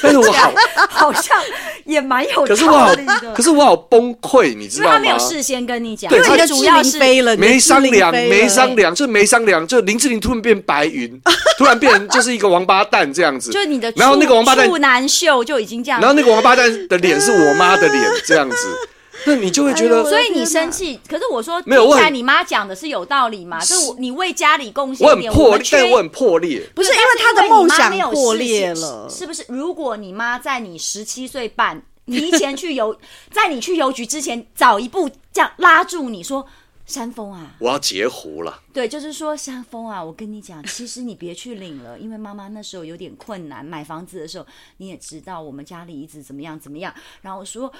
[SPEAKER 3] 但是我好，
[SPEAKER 1] 好像也蛮 有
[SPEAKER 3] 可是我好
[SPEAKER 1] 道理的，，
[SPEAKER 3] 可是我好崩溃，你知
[SPEAKER 1] 因为
[SPEAKER 3] 道
[SPEAKER 1] 她
[SPEAKER 3] 吗？
[SPEAKER 1] 没有事先跟你讲，
[SPEAKER 3] 对
[SPEAKER 4] 因为你
[SPEAKER 1] 她
[SPEAKER 4] 的
[SPEAKER 1] 主
[SPEAKER 4] 志
[SPEAKER 1] 要
[SPEAKER 4] 玲
[SPEAKER 1] 是
[SPEAKER 4] 飞了，你的
[SPEAKER 3] 没
[SPEAKER 4] 志
[SPEAKER 3] 商
[SPEAKER 4] 玲
[SPEAKER 3] 量，
[SPEAKER 4] 飞
[SPEAKER 3] 没
[SPEAKER 1] 哎
[SPEAKER 4] 了
[SPEAKER 3] 商量，就没商量，就林志玲突然变白云，突然变成就是一个王八蛋这样子。
[SPEAKER 1] 就是你的处，
[SPEAKER 3] 然后那个王八蛋
[SPEAKER 1] 处男秀就已经这样
[SPEAKER 3] 然，后那个王八蛋的脸是我妈的脸，这样子， 那你就会觉得，
[SPEAKER 1] 哎所以你生气。可是我说，
[SPEAKER 3] 没有
[SPEAKER 1] 听起
[SPEAKER 3] 我
[SPEAKER 1] 来
[SPEAKER 3] 很
[SPEAKER 1] 你妈讲的是有道理嘛？就是我你为家里贡献
[SPEAKER 3] 我
[SPEAKER 1] 一
[SPEAKER 3] 很
[SPEAKER 1] 点，
[SPEAKER 3] 破
[SPEAKER 1] 们
[SPEAKER 3] 裂，
[SPEAKER 1] 缺
[SPEAKER 3] 但我很破裂。
[SPEAKER 4] 不是
[SPEAKER 1] 对
[SPEAKER 4] 因为
[SPEAKER 1] 但
[SPEAKER 4] 他的
[SPEAKER 1] 因为
[SPEAKER 4] 梦
[SPEAKER 1] 你妈
[SPEAKER 4] 想
[SPEAKER 1] 没有
[SPEAKER 4] 破
[SPEAKER 1] 事
[SPEAKER 4] 裂
[SPEAKER 1] 情
[SPEAKER 4] 了
[SPEAKER 1] 是是不是？如果你妈在你十七岁半提前去邮， 在你去邮局之前早一步这样拉住你说。山峰啊，
[SPEAKER 3] 我要截胡了，
[SPEAKER 1] 对，就是说山峰啊，我跟你讲，其实你别去领了，因为妈妈那时候有点困难，买房子的时候你也知道我们家里一直怎么样怎么样。然后我说，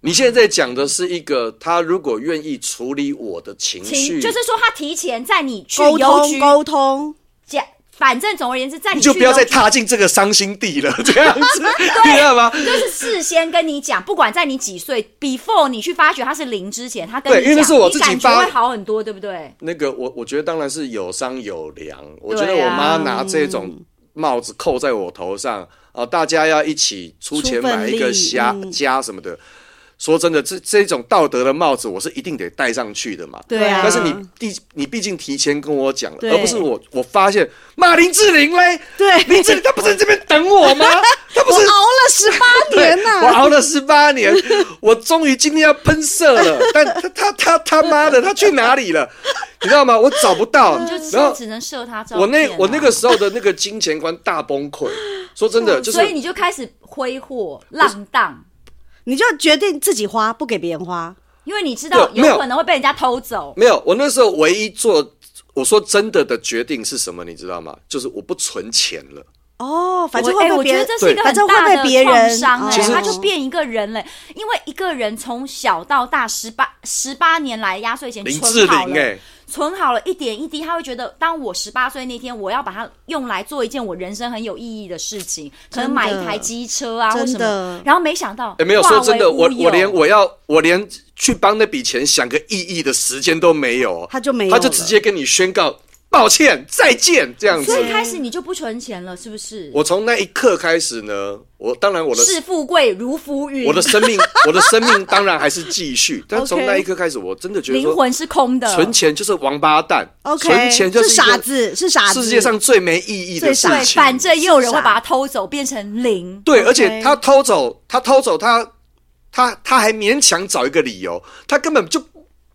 [SPEAKER 3] 你现在讲的是一个他如果愿意处理我的情绪，
[SPEAKER 1] 请就是说他提前在你去
[SPEAKER 4] 沟
[SPEAKER 1] 邮局
[SPEAKER 4] 通沟通，
[SPEAKER 1] 讲，反正总而言之，在
[SPEAKER 3] 你
[SPEAKER 1] 你
[SPEAKER 3] 就
[SPEAKER 1] 去
[SPEAKER 3] 不要
[SPEAKER 1] 邮
[SPEAKER 3] 再
[SPEAKER 1] 局
[SPEAKER 3] 踏进这个伤心地了，这样 子， 你知道吗？
[SPEAKER 1] 就是 事先跟你讲，不管在你几岁，before 你去发觉他是零之前，他跟
[SPEAKER 3] 对
[SPEAKER 1] 你讲，
[SPEAKER 3] 因为那是我自
[SPEAKER 1] 你
[SPEAKER 3] 己
[SPEAKER 1] 感
[SPEAKER 3] 发
[SPEAKER 1] 觉会好很多，对不对？
[SPEAKER 3] 那个我我觉得当然是有商有量，我觉得
[SPEAKER 1] 对
[SPEAKER 3] 我
[SPEAKER 1] 啊
[SPEAKER 3] 妈拿这种帽子扣在我头上啊、大家要一起出钱
[SPEAKER 4] 出份
[SPEAKER 3] 买一个
[SPEAKER 4] 力
[SPEAKER 3] 虾
[SPEAKER 4] 嗯
[SPEAKER 3] 家什么的，说真的，这这种道德的帽子，我是一定得戴上去的嘛。
[SPEAKER 4] 对啊，
[SPEAKER 3] 但是你毕你毕竟提前跟我讲了，
[SPEAKER 4] 对
[SPEAKER 3] 而不是我我发现骂林志玲嘞，
[SPEAKER 4] 对
[SPEAKER 3] 林志玲她不是在这边等我吗？她不
[SPEAKER 4] 我熬
[SPEAKER 3] 是
[SPEAKER 4] 了十八
[SPEAKER 3] 对
[SPEAKER 4] 年呐、
[SPEAKER 3] 我熬了十八年，我终于今天要喷射了，但他他他他妈的，他去哪里了？你知道吗？我找不到，
[SPEAKER 1] 就只
[SPEAKER 3] 然后
[SPEAKER 1] 只能射他照片啊、
[SPEAKER 3] 我那我那个时候的那个金钱观大崩溃。说真的，就是
[SPEAKER 1] 嗯所以你就开始挥霍浪荡，
[SPEAKER 4] 你就决定自己花，不给别人花。
[SPEAKER 1] 因为你知道
[SPEAKER 3] 对没有
[SPEAKER 1] 有可能会被人家偷走。
[SPEAKER 3] 没有，我那时候唯一做我说真的的决定是什么？你知道吗？就是我不存钱了。
[SPEAKER 4] 哦，反
[SPEAKER 1] 我
[SPEAKER 4] 正
[SPEAKER 1] 哎
[SPEAKER 4] 会被
[SPEAKER 1] 我
[SPEAKER 4] 别
[SPEAKER 1] 觉得
[SPEAKER 4] 人，
[SPEAKER 1] 这是一个
[SPEAKER 4] 反
[SPEAKER 1] 很
[SPEAKER 4] 正
[SPEAKER 1] 大
[SPEAKER 4] 会被别
[SPEAKER 1] 的创
[SPEAKER 4] 人
[SPEAKER 1] 伤、
[SPEAKER 3] 其
[SPEAKER 1] 哎，
[SPEAKER 3] 实
[SPEAKER 1] 他就变一个人了。因为一个人从小到大十八十八年来压岁钱
[SPEAKER 3] 林
[SPEAKER 1] 存
[SPEAKER 3] 志
[SPEAKER 1] 好
[SPEAKER 3] 玲、
[SPEAKER 1] 了，
[SPEAKER 3] 哎，
[SPEAKER 1] 存好了一点一滴，他会觉得，当我十八岁那天，我要把它用来做一件我人生很有意义的事情，可能买一台机车啊，
[SPEAKER 4] 真的
[SPEAKER 1] 或什么。然后没想到，
[SPEAKER 3] 哎，没有
[SPEAKER 1] 化
[SPEAKER 3] 说真的，
[SPEAKER 1] 为乌
[SPEAKER 3] 我
[SPEAKER 1] 有
[SPEAKER 3] 我连我要我连去帮那笔钱想个意义的时间都没有，哦
[SPEAKER 4] 他就没有
[SPEAKER 3] 他就
[SPEAKER 4] 了
[SPEAKER 3] 直接跟你宣告抱歉再见这样子
[SPEAKER 1] 所。以开始你就不存钱了，是不是？
[SPEAKER 3] 我从那一刻开始呢，我当然我的
[SPEAKER 1] 视富贵如浮云，
[SPEAKER 3] 我的生 命我的生命当然还是继续，但从那一刻开始，我真的觉得
[SPEAKER 1] 灵
[SPEAKER 3] 说
[SPEAKER 1] 魂是空的，
[SPEAKER 3] 存钱就是王八蛋
[SPEAKER 4] OK，
[SPEAKER 3] 存钱就是一个
[SPEAKER 4] 傻子，是傻子。
[SPEAKER 3] 世界上最没意义的
[SPEAKER 4] 最
[SPEAKER 3] 事
[SPEAKER 4] 傻
[SPEAKER 1] 对，
[SPEAKER 3] 情。
[SPEAKER 1] 反正也有人会
[SPEAKER 4] 是啊
[SPEAKER 1] 把它偷走，变成零。
[SPEAKER 3] 对，
[SPEAKER 4] OK
[SPEAKER 3] 而且他偷走，他偷走，他他他还勉强找一个理由，他根本就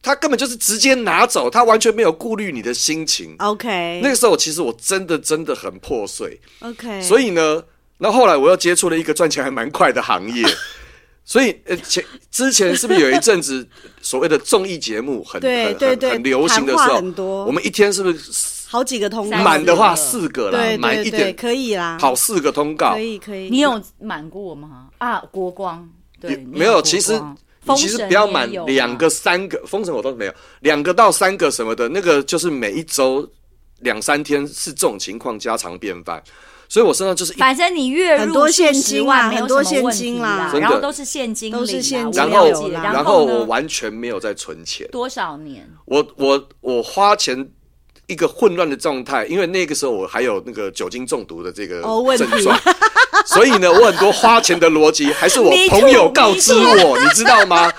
[SPEAKER 3] 他根本就是直接拿走，他完全没有顾虑你的心情。
[SPEAKER 4] OK，
[SPEAKER 3] 那个时候，其实我真的真的很破碎，
[SPEAKER 4] OK，
[SPEAKER 3] 所
[SPEAKER 4] 以
[SPEAKER 3] 以呢，那后来我又接触了一个赚钱还蛮快的行业， 所以呃前之前是不是有一阵 子所谓的综艺节目很
[SPEAKER 4] 对
[SPEAKER 3] 很
[SPEAKER 4] 对
[SPEAKER 3] 很
[SPEAKER 4] 对
[SPEAKER 3] 很流行的
[SPEAKER 4] 谈
[SPEAKER 3] 时
[SPEAKER 4] 话
[SPEAKER 3] 候
[SPEAKER 4] 很多，
[SPEAKER 3] 我们一天是不是
[SPEAKER 4] 好几个通告
[SPEAKER 1] 三
[SPEAKER 3] 满的话
[SPEAKER 1] 四
[SPEAKER 3] 四个啦
[SPEAKER 4] 对，
[SPEAKER 3] 满
[SPEAKER 4] 对
[SPEAKER 3] 一
[SPEAKER 4] 对，
[SPEAKER 3] 点
[SPEAKER 4] 可以啦，
[SPEAKER 3] 跑四个通告
[SPEAKER 4] 可，以可以。
[SPEAKER 1] 你有满过吗？啊，国光，对，
[SPEAKER 3] 也
[SPEAKER 1] 你
[SPEAKER 3] 没
[SPEAKER 1] 有
[SPEAKER 3] 有，
[SPEAKER 1] 国
[SPEAKER 3] 其实
[SPEAKER 1] 光
[SPEAKER 3] 你其实不要满两，个、
[SPEAKER 1] 封神也有嘛啊
[SPEAKER 3] 三个，封神我都没有，两个到三个什么的，那个就是每一周两三天是这种情况家常便饭，所以我身上就是一
[SPEAKER 1] 反正你月入
[SPEAKER 4] 很多现金啊
[SPEAKER 1] 70万没有
[SPEAKER 4] 很多
[SPEAKER 1] 什么问题
[SPEAKER 4] 现金啦
[SPEAKER 3] 真的
[SPEAKER 1] 然后都是现金领啊，
[SPEAKER 4] 都是现金
[SPEAKER 1] 我
[SPEAKER 3] 然
[SPEAKER 1] 了
[SPEAKER 3] 后
[SPEAKER 1] 解
[SPEAKER 4] 啦
[SPEAKER 1] 然
[SPEAKER 3] 然后
[SPEAKER 1] 呢
[SPEAKER 3] 我完全没有在存钱，
[SPEAKER 1] 多少年？
[SPEAKER 3] 我我我花钱。一个混乱的状态，因为那个时候我还有那个酒精中毒的这个
[SPEAKER 4] 哦问题
[SPEAKER 3] 症状，所以呢，我很多花钱的逻辑还是我
[SPEAKER 1] Me too，
[SPEAKER 3] 朋友告 知我，你知道吗？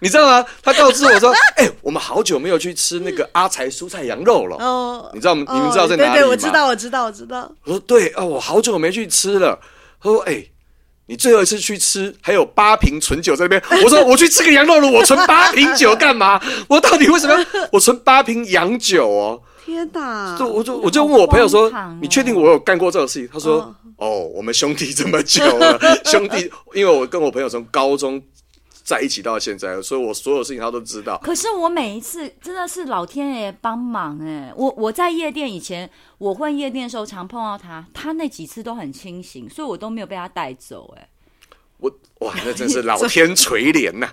[SPEAKER 3] 你知道吗？他告知我说：“哎、我们好久没有去吃那个阿财蔬菜羊肉了。”
[SPEAKER 4] 哦，
[SPEAKER 3] 你知道吗你们知道在哪里吗
[SPEAKER 4] 对对，我知道，我知道，我知道。
[SPEAKER 3] 我说对啊，我好久没去吃了。他说哎、你最后一次去吃还有八瓶纯酒在那边。我说我去吃个羊肉炉，我存八瓶酒干嘛？我到底为什么要我存八瓶洋酒哦？
[SPEAKER 4] 天哪
[SPEAKER 3] 就！我就我就问我朋友说
[SPEAKER 1] 啊好荒唐哦，
[SPEAKER 3] 你确定我有干过这种事情？他说
[SPEAKER 4] 哦
[SPEAKER 3] 哦，我们兄弟这么久 了，兄弟，因为我跟我朋友从高中在一起到现在，所以我所有事情他都知道。
[SPEAKER 1] 可是我每一次真的是老天爷帮忙哎、我我在夜店以前，我混夜店的时候常碰到他，他那几次都很清醒，所以我都没有被他带走哎、
[SPEAKER 3] 我哇，那真是老天垂怜呐、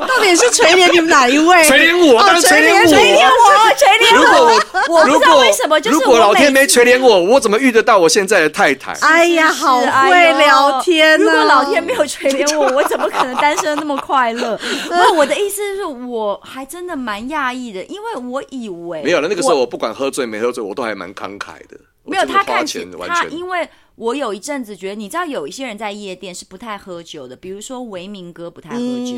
[SPEAKER 4] 到底是垂怜你们哪一位？
[SPEAKER 3] 垂怜我
[SPEAKER 4] 哦
[SPEAKER 3] 当然
[SPEAKER 4] 垂
[SPEAKER 3] 垂怜我啊
[SPEAKER 4] 垂
[SPEAKER 1] 因为
[SPEAKER 4] 怜
[SPEAKER 1] 我全
[SPEAKER 3] 如
[SPEAKER 1] 脸
[SPEAKER 3] 果我
[SPEAKER 1] 我不
[SPEAKER 3] 如
[SPEAKER 1] 知道
[SPEAKER 3] 果
[SPEAKER 1] 为什么就是
[SPEAKER 3] 如果
[SPEAKER 1] 我
[SPEAKER 3] 老
[SPEAKER 1] 每
[SPEAKER 3] 天没
[SPEAKER 1] 次啊
[SPEAKER 3] 垂怜我，我怎么遇得到我现在的太太？
[SPEAKER 4] 哎呀，好会聊天、啊。
[SPEAKER 1] 如果老天没有垂怜我，我怎么可能单身得那么快乐？不，我的意思是，我还真的蛮讶异的，因为我以为
[SPEAKER 3] 没有了，那个时候我不管喝醉没喝醉，我都还蛮慷慨的。
[SPEAKER 1] 没有
[SPEAKER 3] 我真的
[SPEAKER 1] 他
[SPEAKER 3] 花
[SPEAKER 1] 看起
[SPEAKER 3] 钱完
[SPEAKER 1] 他，
[SPEAKER 3] 全
[SPEAKER 1] 因为我有一阵子觉得，你知道有一些人在夜店是不太喝酒的，比如说维明哥不太喝酒，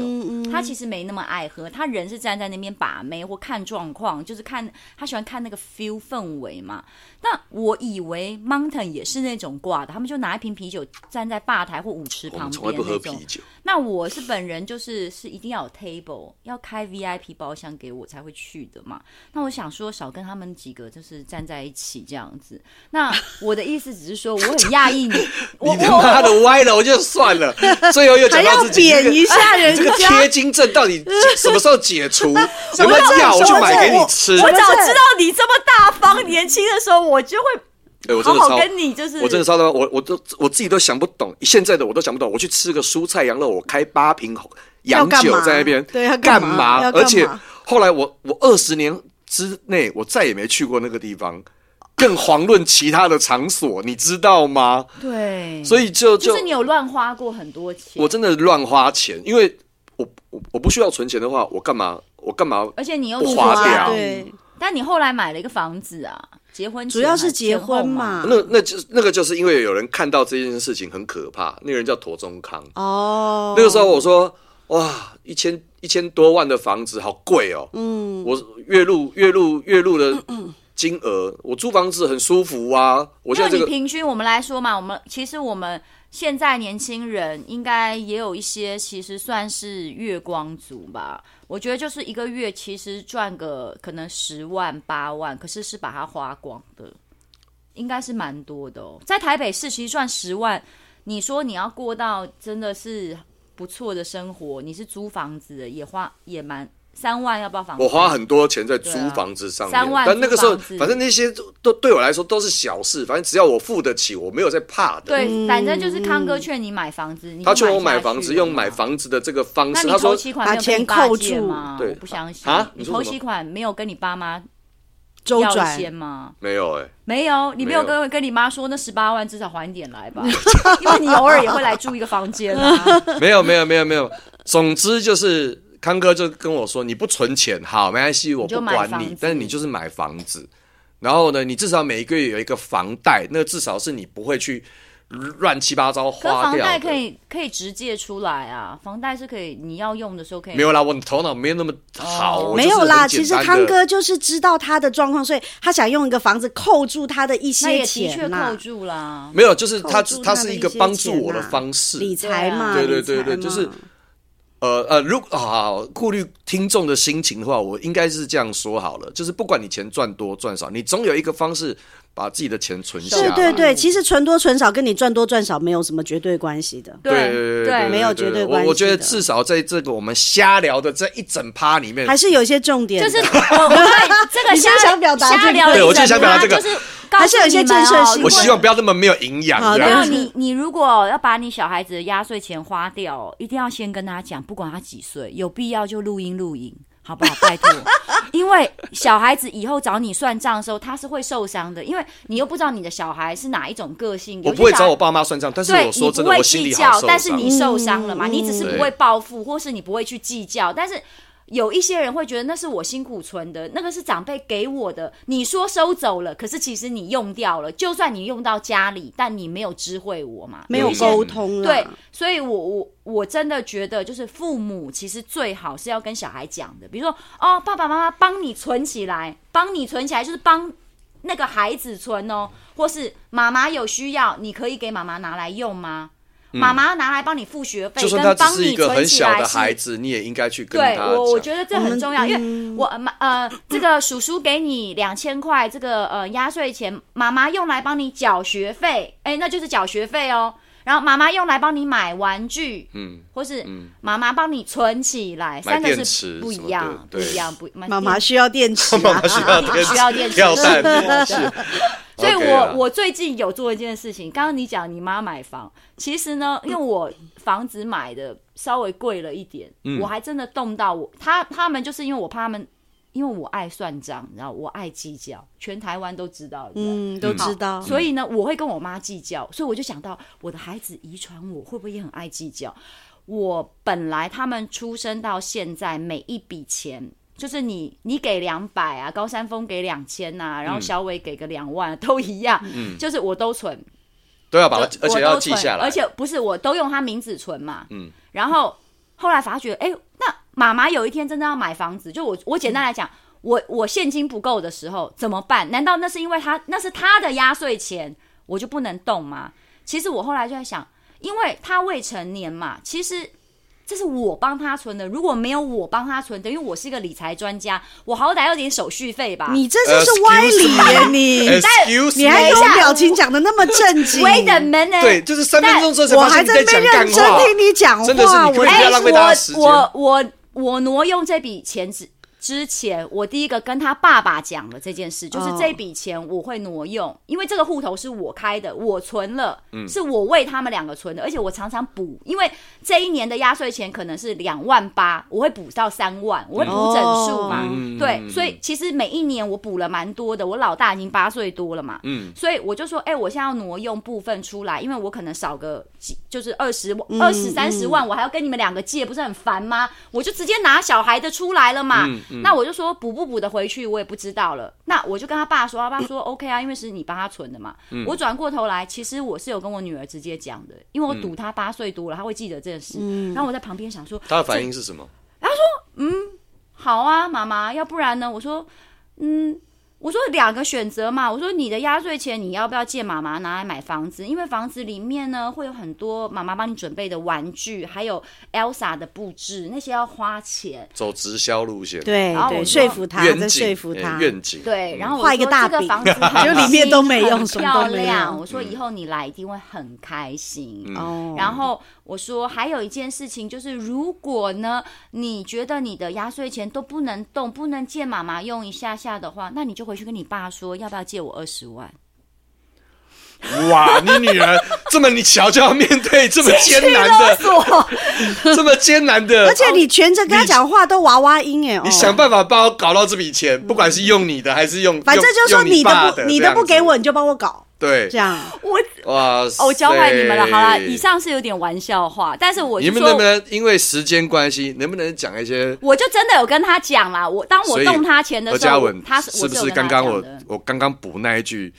[SPEAKER 1] 他其实没那么爱喝，他人是站在那边把妹或看状况，就是看他喜欢看那个 feel 氛围嘛。但我以为 Mountain 也是那种挂的，他们就拿一瓶啤酒站在吧台或舞池
[SPEAKER 3] 哦我
[SPEAKER 1] 旁
[SPEAKER 3] 们
[SPEAKER 1] 边
[SPEAKER 3] 从来不喝
[SPEAKER 1] 那
[SPEAKER 3] 啤
[SPEAKER 1] 种。
[SPEAKER 3] 酒，
[SPEAKER 1] 那我是本人就是是一定要有 table，要开 VIP 包厢给我才会去的嘛。那我想说少跟他们几个就是站在一起这样子。那我的意思只是说我很 讶异你，我
[SPEAKER 3] 你他妈
[SPEAKER 1] 我
[SPEAKER 3] 的歪了，我就算 了。最后又
[SPEAKER 4] 还
[SPEAKER 3] 讲到
[SPEAKER 4] 要
[SPEAKER 3] 自己这
[SPEAKER 4] 贬
[SPEAKER 3] 个
[SPEAKER 4] 一下人
[SPEAKER 3] 这个
[SPEAKER 4] 家，
[SPEAKER 3] 贴金症到底解什么时候解 除？什么
[SPEAKER 4] 症
[SPEAKER 3] 药我去
[SPEAKER 4] 什么
[SPEAKER 3] 买给
[SPEAKER 4] 症
[SPEAKER 3] 你
[SPEAKER 4] 我
[SPEAKER 3] 吃？
[SPEAKER 1] 我早知道你这么大方，年轻的时候我就会
[SPEAKER 3] 哎我
[SPEAKER 1] 好
[SPEAKER 3] 真的
[SPEAKER 1] 好
[SPEAKER 3] 超。
[SPEAKER 1] 跟你就是
[SPEAKER 3] 我真的超他妈，我我都我自己都想不懂，现在的我都想不懂。我去吃个蔬菜羊肉，我开八瓶
[SPEAKER 4] 要
[SPEAKER 3] 洋
[SPEAKER 4] 干
[SPEAKER 3] 酒
[SPEAKER 4] 嘛
[SPEAKER 3] 在那边，
[SPEAKER 4] 对要干
[SPEAKER 3] 干
[SPEAKER 4] 嘛
[SPEAKER 3] 嘛？
[SPEAKER 4] 要干嘛
[SPEAKER 3] 而且后来我我二十年之内，我再也没去过那个地方，更遑论其他的场所，你知道吗？
[SPEAKER 1] 对，
[SPEAKER 3] 所以就就
[SPEAKER 1] 就是你有乱花过很多钱
[SPEAKER 3] 我，真的乱花钱，因为我我我不需要存钱的话，我干嘛我干嘛？
[SPEAKER 1] 而且你又
[SPEAKER 3] 不
[SPEAKER 1] 出
[SPEAKER 3] 花
[SPEAKER 1] 家
[SPEAKER 3] 掉
[SPEAKER 4] 对，
[SPEAKER 1] 但你后来买了一个房子啊，结婚
[SPEAKER 4] 主
[SPEAKER 1] 前
[SPEAKER 4] 要
[SPEAKER 1] 还
[SPEAKER 4] 是结
[SPEAKER 1] 后
[SPEAKER 4] 婚嘛。
[SPEAKER 3] 那那就那个就是因为有人看到这件事情很可怕，那个人叫陀中康，
[SPEAKER 4] 哦，
[SPEAKER 3] 那个时候我说哇，一千一千多万的房子好贵哦。嗯，我月入月入月入的金额，我租房子很舒服啊。我
[SPEAKER 1] 因
[SPEAKER 3] 现
[SPEAKER 1] 为
[SPEAKER 3] 在这
[SPEAKER 1] 你
[SPEAKER 3] 个
[SPEAKER 1] 平均我们来说嘛，我们其实我们现在年轻人应该也有一些，其实算是月光族吧。我觉得就是一个月其实赚个可能十万八万，可是是把它花光的，应该是蛮多的哦。在台北市其实赚十万，你说你要过到真的是不错的生活，你是租房子的也花也蛮三万，要不要房子？
[SPEAKER 3] 我花很多钱在租
[SPEAKER 1] 对啊
[SPEAKER 3] 房子上面，
[SPEAKER 1] 三万
[SPEAKER 3] 但那个时候
[SPEAKER 1] 租房子
[SPEAKER 3] 反正那些都都对我来说都是小事，反正只要我付得起，我没有在怕的。
[SPEAKER 1] 对，反正就是康哥劝你买房子，
[SPEAKER 3] 嗯
[SPEAKER 1] 你就
[SPEAKER 3] 他劝我
[SPEAKER 1] 下
[SPEAKER 3] 买房
[SPEAKER 1] 去
[SPEAKER 3] 子，
[SPEAKER 1] 了
[SPEAKER 3] 用
[SPEAKER 1] 嘛
[SPEAKER 3] 买房子的这个方
[SPEAKER 1] 那
[SPEAKER 3] 式，
[SPEAKER 1] 你
[SPEAKER 3] 他
[SPEAKER 1] 头
[SPEAKER 3] 说
[SPEAKER 1] 期款
[SPEAKER 4] 把
[SPEAKER 1] 没有跟你
[SPEAKER 4] 钱
[SPEAKER 1] 爸
[SPEAKER 4] 扣
[SPEAKER 1] 借
[SPEAKER 4] 住
[SPEAKER 1] 吗？
[SPEAKER 3] 对
[SPEAKER 1] 我不相信
[SPEAKER 3] 啊
[SPEAKER 1] 你
[SPEAKER 3] 你说
[SPEAKER 1] 头
[SPEAKER 3] 什么
[SPEAKER 1] 期款没有跟你爸妈
[SPEAKER 4] 周
[SPEAKER 1] 要一
[SPEAKER 4] 转
[SPEAKER 1] 些吗？
[SPEAKER 3] 没有哎、
[SPEAKER 1] 没有，你没有
[SPEAKER 3] 没有
[SPEAKER 1] 跟跟你妈说那十八万至少还一点来 吧，因为你偶尔也会来住一个房间啊。
[SPEAKER 3] 没有，没有，没有，没有。总之就是康哥就跟我说，你不存钱，好，没关系，我不
[SPEAKER 1] 买
[SPEAKER 3] 管
[SPEAKER 1] 房
[SPEAKER 3] 你，
[SPEAKER 1] 子
[SPEAKER 3] 但是你就是买房子，然后呢，你至少每一个月有一个房贷，那至少是你不会去乱七八糟
[SPEAKER 1] 可
[SPEAKER 3] 花
[SPEAKER 1] 房
[SPEAKER 3] 掉
[SPEAKER 1] 贷
[SPEAKER 3] 的。
[SPEAKER 1] 可以可以直借出来啊，房贷是可以，你要用的时候可以。
[SPEAKER 3] 没有啦，我头脑没有那么好，我
[SPEAKER 4] 哦没
[SPEAKER 3] 就是
[SPEAKER 4] 有啦，
[SPEAKER 3] 很简
[SPEAKER 4] 其实
[SPEAKER 3] 单的
[SPEAKER 4] 康哥就是知道他的状况，所以他想用一个房子扣住他的一
[SPEAKER 1] 那也
[SPEAKER 4] 些
[SPEAKER 1] 的确
[SPEAKER 4] 钱
[SPEAKER 1] 扣
[SPEAKER 4] 啦，
[SPEAKER 1] 住啦。
[SPEAKER 3] 没有，就是他
[SPEAKER 4] 扣住他
[SPEAKER 3] 他
[SPEAKER 4] 的
[SPEAKER 3] 是
[SPEAKER 4] 一
[SPEAKER 3] 一个
[SPEAKER 4] 些
[SPEAKER 3] 帮助
[SPEAKER 4] 钱啊
[SPEAKER 3] 我的
[SPEAKER 4] 啦啊
[SPEAKER 3] 方式，
[SPEAKER 4] 理财嘛，
[SPEAKER 3] 对对
[SPEAKER 4] 理财
[SPEAKER 3] 对对，
[SPEAKER 4] 嘛
[SPEAKER 3] 就是呃呃，如果好顾虑听众的心情的话，我应该是这样说好了，就是不管你钱赚多赚少，你总有一个方式把自己的钱存下
[SPEAKER 4] 对
[SPEAKER 3] 来。
[SPEAKER 4] 对对，其实存多存少跟你赚多赚少没有什么绝对关系的，
[SPEAKER 3] 对对对，
[SPEAKER 4] 没有绝对关
[SPEAKER 3] 我
[SPEAKER 4] 系
[SPEAKER 3] 我觉得
[SPEAKER 4] 的
[SPEAKER 3] 至少在这个我们瞎聊的这一整趴里面
[SPEAKER 4] 还，是有一些重点
[SPEAKER 1] 就
[SPEAKER 4] 的，
[SPEAKER 1] 是我我在这个
[SPEAKER 4] 你是
[SPEAKER 1] 瞎
[SPEAKER 4] 不是想表达
[SPEAKER 1] 瞎
[SPEAKER 4] 这个
[SPEAKER 1] 聊了一整趴，啊
[SPEAKER 3] 对我就是想表达这个
[SPEAKER 1] 就是告
[SPEAKER 4] 还是
[SPEAKER 1] 诉
[SPEAKER 4] 有一些
[SPEAKER 1] 你们
[SPEAKER 4] 建设
[SPEAKER 1] 哦
[SPEAKER 4] 性
[SPEAKER 1] 如
[SPEAKER 3] 我
[SPEAKER 1] 果
[SPEAKER 3] 希望不要那么没有营养。
[SPEAKER 4] 好
[SPEAKER 3] 这
[SPEAKER 1] 没
[SPEAKER 3] 样
[SPEAKER 1] 有
[SPEAKER 4] 对
[SPEAKER 1] 你，你如果要把你小孩子的压岁钱花掉，一定要先跟他讲，不管他几岁，有必要就录音录影，好不好？拜托， 因为小孩子以后找你算账的时候，他是会受伤的，因为你又不知道你的小孩是哪一种个性。
[SPEAKER 3] 我
[SPEAKER 1] 有些
[SPEAKER 3] 不会
[SPEAKER 1] 小
[SPEAKER 3] 找我爸妈算账，但是
[SPEAKER 1] 对
[SPEAKER 3] 我说
[SPEAKER 1] 你
[SPEAKER 3] 真
[SPEAKER 1] 不
[SPEAKER 3] 的，我
[SPEAKER 1] 会
[SPEAKER 3] 心
[SPEAKER 1] 计
[SPEAKER 3] 里好
[SPEAKER 1] 较，
[SPEAKER 3] 受
[SPEAKER 1] 但是
[SPEAKER 3] 伤。
[SPEAKER 1] 你受伤了嘛，
[SPEAKER 4] 嗯
[SPEAKER 1] 你只是
[SPEAKER 3] 对
[SPEAKER 1] 不会报复，或是你不会去计较，但是。有一些人会觉得那是我辛苦存的，那个是长辈给我的。你说收走了，可是其实你用掉了。就算你用到家里，但你没有知会我嘛，
[SPEAKER 4] 没有
[SPEAKER 1] 一些
[SPEAKER 4] 沟通啦
[SPEAKER 1] 对，所以我我我真的觉得，就是父母其实最好是要跟小孩讲的，比如说哦，爸爸妈妈帮你存起来，帮你存起来就是帮那个孩子存哦，或是妈妈有需要，你可以给妈妈拿来用吗？妈妈拿来帮你付学费，
[SPEAKER 3] 嗯就算他
[SPEAKER 1] 跟
[SPEAKER 3] 只
[SPEAKER 1] 帮
[SPEAKER 3] 是一
[SPEAKER 1] 你
[SPEAKER 3] 个很
[SPEAKER 1] 存起
[SPEAKER 3] 小
[SPEAKER 1] 来
[SPEAKER 3] 的孩
[SPEAKER 1] 是。
[SPEAKER 3] 子，你也应该去跟
[SPEAKER 1] 对
[SPEAKER 3] 他
[SPEAKER 1] 我，我
[SPEAKER 3] 讲。
[SPEAKER 1] 觉得这很重要，因为我呃妈呃，这个叔叔给你两千块，这个呃压岁钱，妈妈用来帮你缴学费，哎，那就是缴学费哦。然后妈妈用来帮你买玩具，
[SPEAKER 3] 嗯，
[SPEAKER 1] 或是妈妈帮你存起来，
[SPEAKER 3] 买
[SPEAKER 1] 三个
[SPEAKER 3] 电池
[SPEAKER 1] 是不
[SPEAKER 3] 什么
[SPEAKER 1] 一
[SPEAKER 3] 的
[SPEAKER 1] 样，不
[SPEAKER 3] 对
[SPEAKER 1] 一样，不买
[SPEAKER 4] 妈
[SPEAKER 1] 电
[SPEAKER 4] 妈需要电池啊
[SPEAKER 3] 需要电
[SPEAKER 1] 需要电池
[SPEAKER 3] 跳蛋
[SPEAKER 1] 是
[SPEAKER 3] 是
[SPEAKER 1] 所以
[SPEAKER 3] OK 啦
[SPEAKER 1] 我我最近有做一件事情，刚刚你讲你妈买房，其实呢，因为我房子买的稍微贵了一点，我还真的动到我他他们就是因为我怕他们，因为我爱算账，然后我爱计较，全台湾都知道，嗯。
[SPEAKER 4] 嗯，都知道，
[SPEAKER 1] 所以呢，我会跟我妈计较，所以我就想到我的孩子遗传我，会不会也很爱计较？我本来他们出生到现在，每一笔钱，就是你你给两百啊，高山峰给两千呐，然后小伟给个两万、啊都一样，就是我都存，
[SPEAKER 3] 都要把它，啊而
[SPEAKER 1] 我
[SPEAKER 3] 且
[SPEAKER 1] 都
[SPEAKER 3] 要记
[SPEAKER 1] 存
[SPEAKER 3] 下来。呃
[SPEAKER 1] 而且不是我都用他名字存嘛，嗯，然后后来发觉，哎、那妈妈有一天真的要买房子，就我我简单来讲，我我现金不够的时候怎么办？难道那是因为他那是他的压岁钱，我就不能动吗？其实我后来就在想，因为他未成年嘛，其实这是我帮他存的，如果没有我帮他存，等于我是一个理财专家，我好歹有点手续费吧。
[SPEAKER 4] 你这
[SPEAKER 3] 呃
[SPEAKER 4] 就是歪理 耶，
[SPEAKER 3] 哎
[SPEAKER 4] 你
[SPEAKER 3] Excuse
[SPEAKER 4] 你还
[SPEAKER 3] me
[SPEAKER 4] 有表情讲的那么正 经，
[SPEAKER 1] Wait a minute，
[SPEAKER 3] 对，就是三分钟之后才
[SPEAKER 4] 我
[SPEAKER 3] 发
[SPEAKER 4] 还
[SPEAKER 3] 现
[SPEAKER 4] 在
[SPEAKER 3] 你在
[SPEAKER 4] 那边认
[SPEAKER 3] 讲干
[SPEAKER 4] 真
[SPEAKER 3] 话。
[SPEAKER 4] 听你讲
[SPEAKER 3] 真的是
[SPEAKER 4] 话，
[SPEAKER 3] 你
[SPEAKER 4] 我
[SPEAKER 3] 根本不要浪费大家时间
[SPEAKER 1] 我我我挪用这笔钱之之前，我第一个跟他爸爸讲了这件事，就是
[SPEAKER 4] 哦
[SPEAKER 1] 这笔钱我会挪用，因为这个户头是我开的，我存了，是我为他们两个存的，而且我常常补，因为这一年的压岁钱可能是两万八，我会补到三万，我会补整数嘛，
[SPEAKER 3] 嗯
[SPEAKER 1] 对，所以其实每一年我补了蛮多的，我老大已经八岁多了嘛，
[SPEAKER 3] 嗯，
[SPEAKER 1] 所以我就说，哎、我现在要挪用部分出来，因为我可能少个几，就是二十、
[SPEAKER 3] 嗯嗯
[SPEAKER 1] 二十三十万，我还要跟你们两个借，不是很烦吗？我就直接拿小孩的出来了嘛。那我就说补不补的回去我也不知道了。那我就跟他爸说，他爸 说 OK 啊，因为是你帮他存的嘛。
[SPEAKER 3] 嗯
[SPEAKER 1] 我转过头来，其实我是有跟我女儿直接讲的，因为我赌她八岁多了，她会记得这件事。
[SPEAKER 3] 嗯
[SPEAKER 1] 然后我在旁边想说，
[SPEAKER 3] 他的反应是什么？
[SPEAKER 1] 好啊，妈妈，要不然呢？我说，嗯，我说两个选择嘛。我说你的压岁钱你要不要借妈妈拿来买房子？因为房子里面呢会有很多妈妈帮你准备的玩具，还有 Elsa 的布置，那些要花钱。
[SPEAKER 3] 走直销路线，
[SPEAKER 4] 对
[SPEAKER 1] 然后
[SPEAKER 4] 对，
[SPEAKER 1] 我
[SPEAKER 4] 说
[SPEAKER 1] 说
[SPEAKER 4] 服他，
[SPEAKER 3] 愿
[SPEAKER 4] 在
[SPEAKER 3] 景，
[SPEAKER 4] 说服
[SPEAKER 3] 哎
[SPEAKER 4] 他，
[SPEAKER 3] 愿景，
[SPEAKER 1] 对，然后我
[SPEAKER 4] 画
[SPEAKER 1] 说
[SPEAKER 4] 一个大
[SPEAKER 1] 这个
[SPEAKER 4] 饼
[SPEAKER 1] 房子 很
[SPEAKER 4] 就里面都没
[SPEAKER 1] 新
[SPEAKER 4] 用
[SPEAKER 1] 很
[SPEAKER 4] 什么都
[SPEAKER 1] 漂
[SPEAKER 4] 没有
[SPEAKER 1] 亮。我说
[SPEAKER 3] 嗯
[SPEAKER 1] 以后你来一定会很开心。
[SPEAKER 4] 哦，
[SPEAKER 1] 然后我说还有一件事情就是，如果呢你觉得你的压岁钱都不能动，不能借妈妈用一下下的话，那你就回去跟你爸说，要不要借我二十万？
[SPEAKER 3] 哇，你女儿这么你小就要面对这么艰难 的，这么艰难的，
[SPEAKER 4] 而且你全程跟他讲话都娃娃音哎，哦
[SPEAKER 3] 你想办法帮我搞到这笔钱，不管是用你的还是用，
[SPEAKER 4] 反正就是说
[SPEAKER 3] 用用你爸
[SPEAKER 4] 的
[SPEAKER 3] 的
[SPEAKER 4] 不，你的不
[SPEAKER 3] 这
[SPEAKER 4] 给
[SPEAKER 3] 样子
[SPEAKER 4] 我，你就帮我搞，
[SPEAKER 3] 对
[SPEAKER 4] 这，样
[SPEAKER 1] 我
[SPEAKER 3] 哇塞，
[SPEAKER 1] 哦，教坏你们了。好了，以上是有点玩笑话，但是我
[SPEAKER 3] 哎你
[SPEAKER 1] 就
[SPEAKER 3] 们能不
[SPEAKER 1] 说。
[SPEAKER 3] 能因为时间关系，能不能讲一些？
[SPEAKER 1] 我就真的有跟他讲啦，我当我
[SPEAKER 3] 所以
[SPEAKER 1] 动他钱的
[SPEAKER 3] 何
[SPEAKER 1] 时
[SPEAKER 3] 嘉
[SPEAKER 1] 候，
[SPEAKER 3] 文，
[SPEAKER 1] 他
[SPEAKER 3] 是不
[SPEAKER 1] 我
[SPEAKER 3] 是
[SPEAKER 1] 有跟
[SPEAKER 3] 刚
[SPEAKER 1] 他
[SPEAKER 3] 刚
[SPEAKER 1] 讲
[SPEAKER 3] 我
[SPEAKER 1] 的
[SPEAKER 3] 我刚刚补那一句，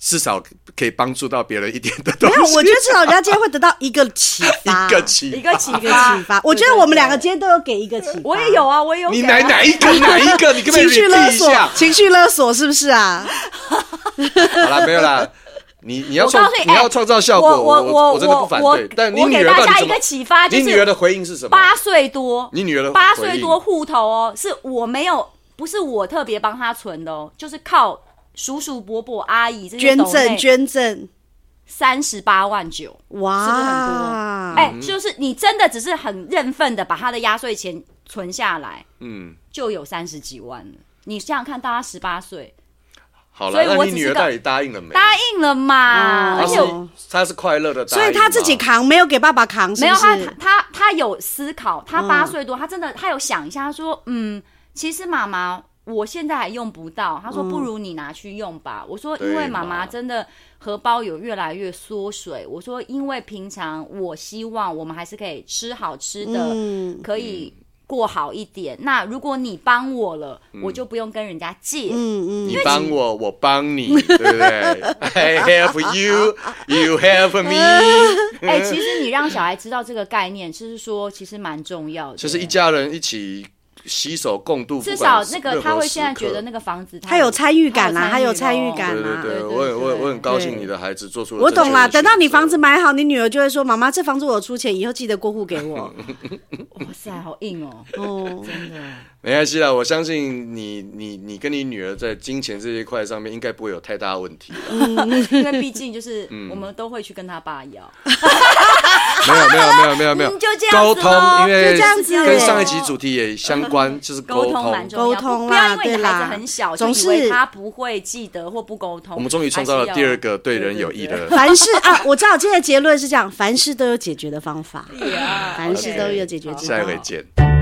[SPEAKER 3] 至少可以帮助到别人一点的东
[SPEAKER 4] 没有，
[SPEAKER 3] 西？
[SPEAKER 4] 我觉得至少人家今天会得到一个启发，
[SPEAKER 3] 一个起
[SPEAKER 1] 啊一个启
[SPEAKER 4] 一个启
[SPEAKER 1] 发
[SPEAKER 4] 发。我觉得我们两个
[SPEAKER 1] 对
[SPEAKER 4] 今天都有给一个启发，
[SPEAKER 1] 对对我也有啊，我也有
[SPEAKER 3] 你
[SPEAKER 1] 给
[SPEAKER 3] 哪
[SPEAKER 1] 啊
[SPEAKER 3] 哪一个哪一个？你根本
[SPEAKER 4] 情绪
[SPEAKER 3] repeat
[SPEAKER 4] 勒
[SPEAKER 3] 一
[SPEAKER 4] 索
[SPEAKER 3] 下，。
[SPEAKER 4] 情绪勒索是不是啊？
[SPEAKER 3] 好了，没有啦。你你要
[SPEAKER 1] 我
[SPEAKER 3] 创
[SPEAKER 1] 告诉你
[SPEAKER 3] 你要创造效果，
[SPEAKER 1] 哎我
[SPEAKER 3] 我
[SPEAKER 1] 我我
[SPEAKER 3] 真的不反
[SPEAKER 1] 我
[SPEAKER 3] 对。但你
[SPEAKER 1] 我给
[SPEAKER 3] 女儿
[SPEAKER 1] 大
[SPEAKER 3] 到底
[SPEAKER 1] 家
[SPEAKER 3] 怎么
[SPEAKER 1] 一个启发就是
[SPEAKER 3] 你女儿的回应是什么？
[SPEAKER 1] 八岁多，
[SPEAKER 3] 你女儿的
[SPEAKER 1] 八
[SPEAKER 3] 回
[SPEAKER 1] 岁
[SPEAKER 3] 应
[SPEAKER 1] 多户头哦，是我没有，不是我特别帮她存的哦，就是靠叔叔、伯伯、阿姨这些
[SPEAKER 4] 捐赠捐赠，
[SPEAKER 1] 三十八万九，
[SPEAKER 4] 哇，
[SPEAKER 1] 是不是很多哎、就是你真的只是很认份的把他的压岁钱存下来，
[SPEAKER 3] 嗯，
[SPEAKER 1] 就有三十几万了。你想想看，大家十八岁，
[SPEAKER 3] 好
[SPEAKER 1] 所
[SPEAKER 3] 了
[SPEAKER 1] 以，
[SPEAKER 3] 那
[SPEAKER 1] 我
[SPEAKER 3] 你
[SPEAKER 1] 只
[SPEAKER 3] 女
[SPEAKER 1] 是
[SPEAKER 3] 儿
[SPEAKER 1] 个
[SPEAKER 3] 到底答应了没？
[SPEAKER 1] 答应了
[SPEAKER 4] 哦
[SPEAKER 1] 嘛？嗯
[SPEAKER 3] 她
[SPEAKER 1] 而且
[SPEAKER 3] 是
[SPEAKER 1] 我
[SPEAKER 3] 她是快乐的答
[SPEAKER 4] 所
[SPEAKER 3] 应吗，
[SPEAKER 4] 以他自己扛，没有给爸爸扛，是
[SPEAKER 1] 没有
[SPEAKER 4] 不
[SPEAKER 1] 他
[SPEAKER 4] 是？
[SPEAKER 1] 他他有思考，他
[SPEAKER 4] 嗯
[SPEAKER 1] 八岁多，他真的他有想一下，他说嗯，其实妈妈我现在还用不到，他说不如你拿去用吧。我说
[SPEAKER 3] 对
[SPEAKER 1] 因为妈
[SPEAKER 3] 嘛
[SPEAKER 1] 妈真的荷包有越来越缩水，我说因为平常我希望我们还是可以吃好吃的，
[SPEAKER 4] 嗯
[SPEAKER 1] 可以过好一点。那如果你帮我了，我就不用跟人家借。
[SPEAKER 4] 嗯嗯，
[SPEAKER 3] 你帮我，我帮你，对不对？I help you, you help me，
[SPEAKER 1] 哎、其实你让小孩知道这个概念，就是说其实蛮重要的。
[SPEAKER 3] 就是一家人一起携手共度。
[SPEAKER 1] 至
[SPEAKER 3] 不管
[SPEAKER 1] 少那个
[SPEAKER 3] 任何
[SPEAKER 1] 他会
[SPEAKER 3] 时
[SPEAKER 1] 现在觉
[SPEAKER 3] 刻
[SPEAKER 1] 得那个房子
[SPEAKER 4] 他有参与感啊啦，他
[SPEAKER 1] 他
[SPEAKER 4] 有
[SPEAKER 1] 有
[SPEAKER 4] 参
[SPEAKER 1] 参
[SPEAKER 4] 与
[SPEAKER 1] 与
[SPEAKER 4] 感
[SPEAKER 3] 对
[SPEAKER 4] 啦
[SPEAKER 3] 对。对，
[SPEAKER 1] 对
[SPEAKER 3] 我很我很我很高兴
[SPEAKER 4] 对
[SPEAKER 3] 你的孩子做出了
[SPEAKER 4] 我
[SPEAKER 3] 正
[SPEAKER 4] 懂
[SPEAKER 3] 确的
[SPEAKER 4] 啦，等到你
[SPEAKER 3] 选择
[SPEAKER 4] 房子买好，你女儿就会说：“妈妈，这房子我出钱，以后记得过户给 我。
[SPEAKER 1] 哇塞，好硬哦！”
[SPEAKER 4] 哦，
[SPEAKER 3] 没关系啦，我相信你你你跟你女儿在金钱这一块上面应该不会有太大问题。
[SPEAKER 1] 因为毕竟就是我们都会去跟他爸要，
[SPEAKER 3] 没有没有没有没有 没有，
[SPEAKER 1] 嗯就这样子
[SPEAKER 3] 沟
[SPEAKER 1] 咯
[SPEAKER 3] 通，因为
[SPEAKER 4] 就这样子
[SPEAKER 3] 跟上一集主题也相关，就是
[SPEAKER 1] 沟
[SPEAKER 3] 沟
[SPEAKER 1] 通
[SPEAKER 3] 通
[SPEAKER 1] 蛮。重要，
[SPEAKER 4] 沟通
[SPEAKER 1] 不不要
[SPEAKER 4] 啦
[SPEAKER 1] 因为你孩子很小
[SPEAKER 4] 对
[SPEAKER 1] 就
[SPEAKER 4] 啦
[SPEAKER 1] 以为
[SPEAKER 4] 总是
[SPEAKER 1] 他不会记得或不沟通。
[SPEAKER 3] 我们终于创造了第二个对
[SPEAKER 1] 对
[SPEAKER 3] 人有益的。
[SPEAKER 4] 凡事啊，我知道今天的结论是这样：凡事都有解决的方法，
[SPEAKER 1] 哎还是要，
[SPEAKER 4] 凡事都有解决之
[SPEAKER 3] 下一
[SPEAKER 4] 道
[SPEAKER 3] 回。见。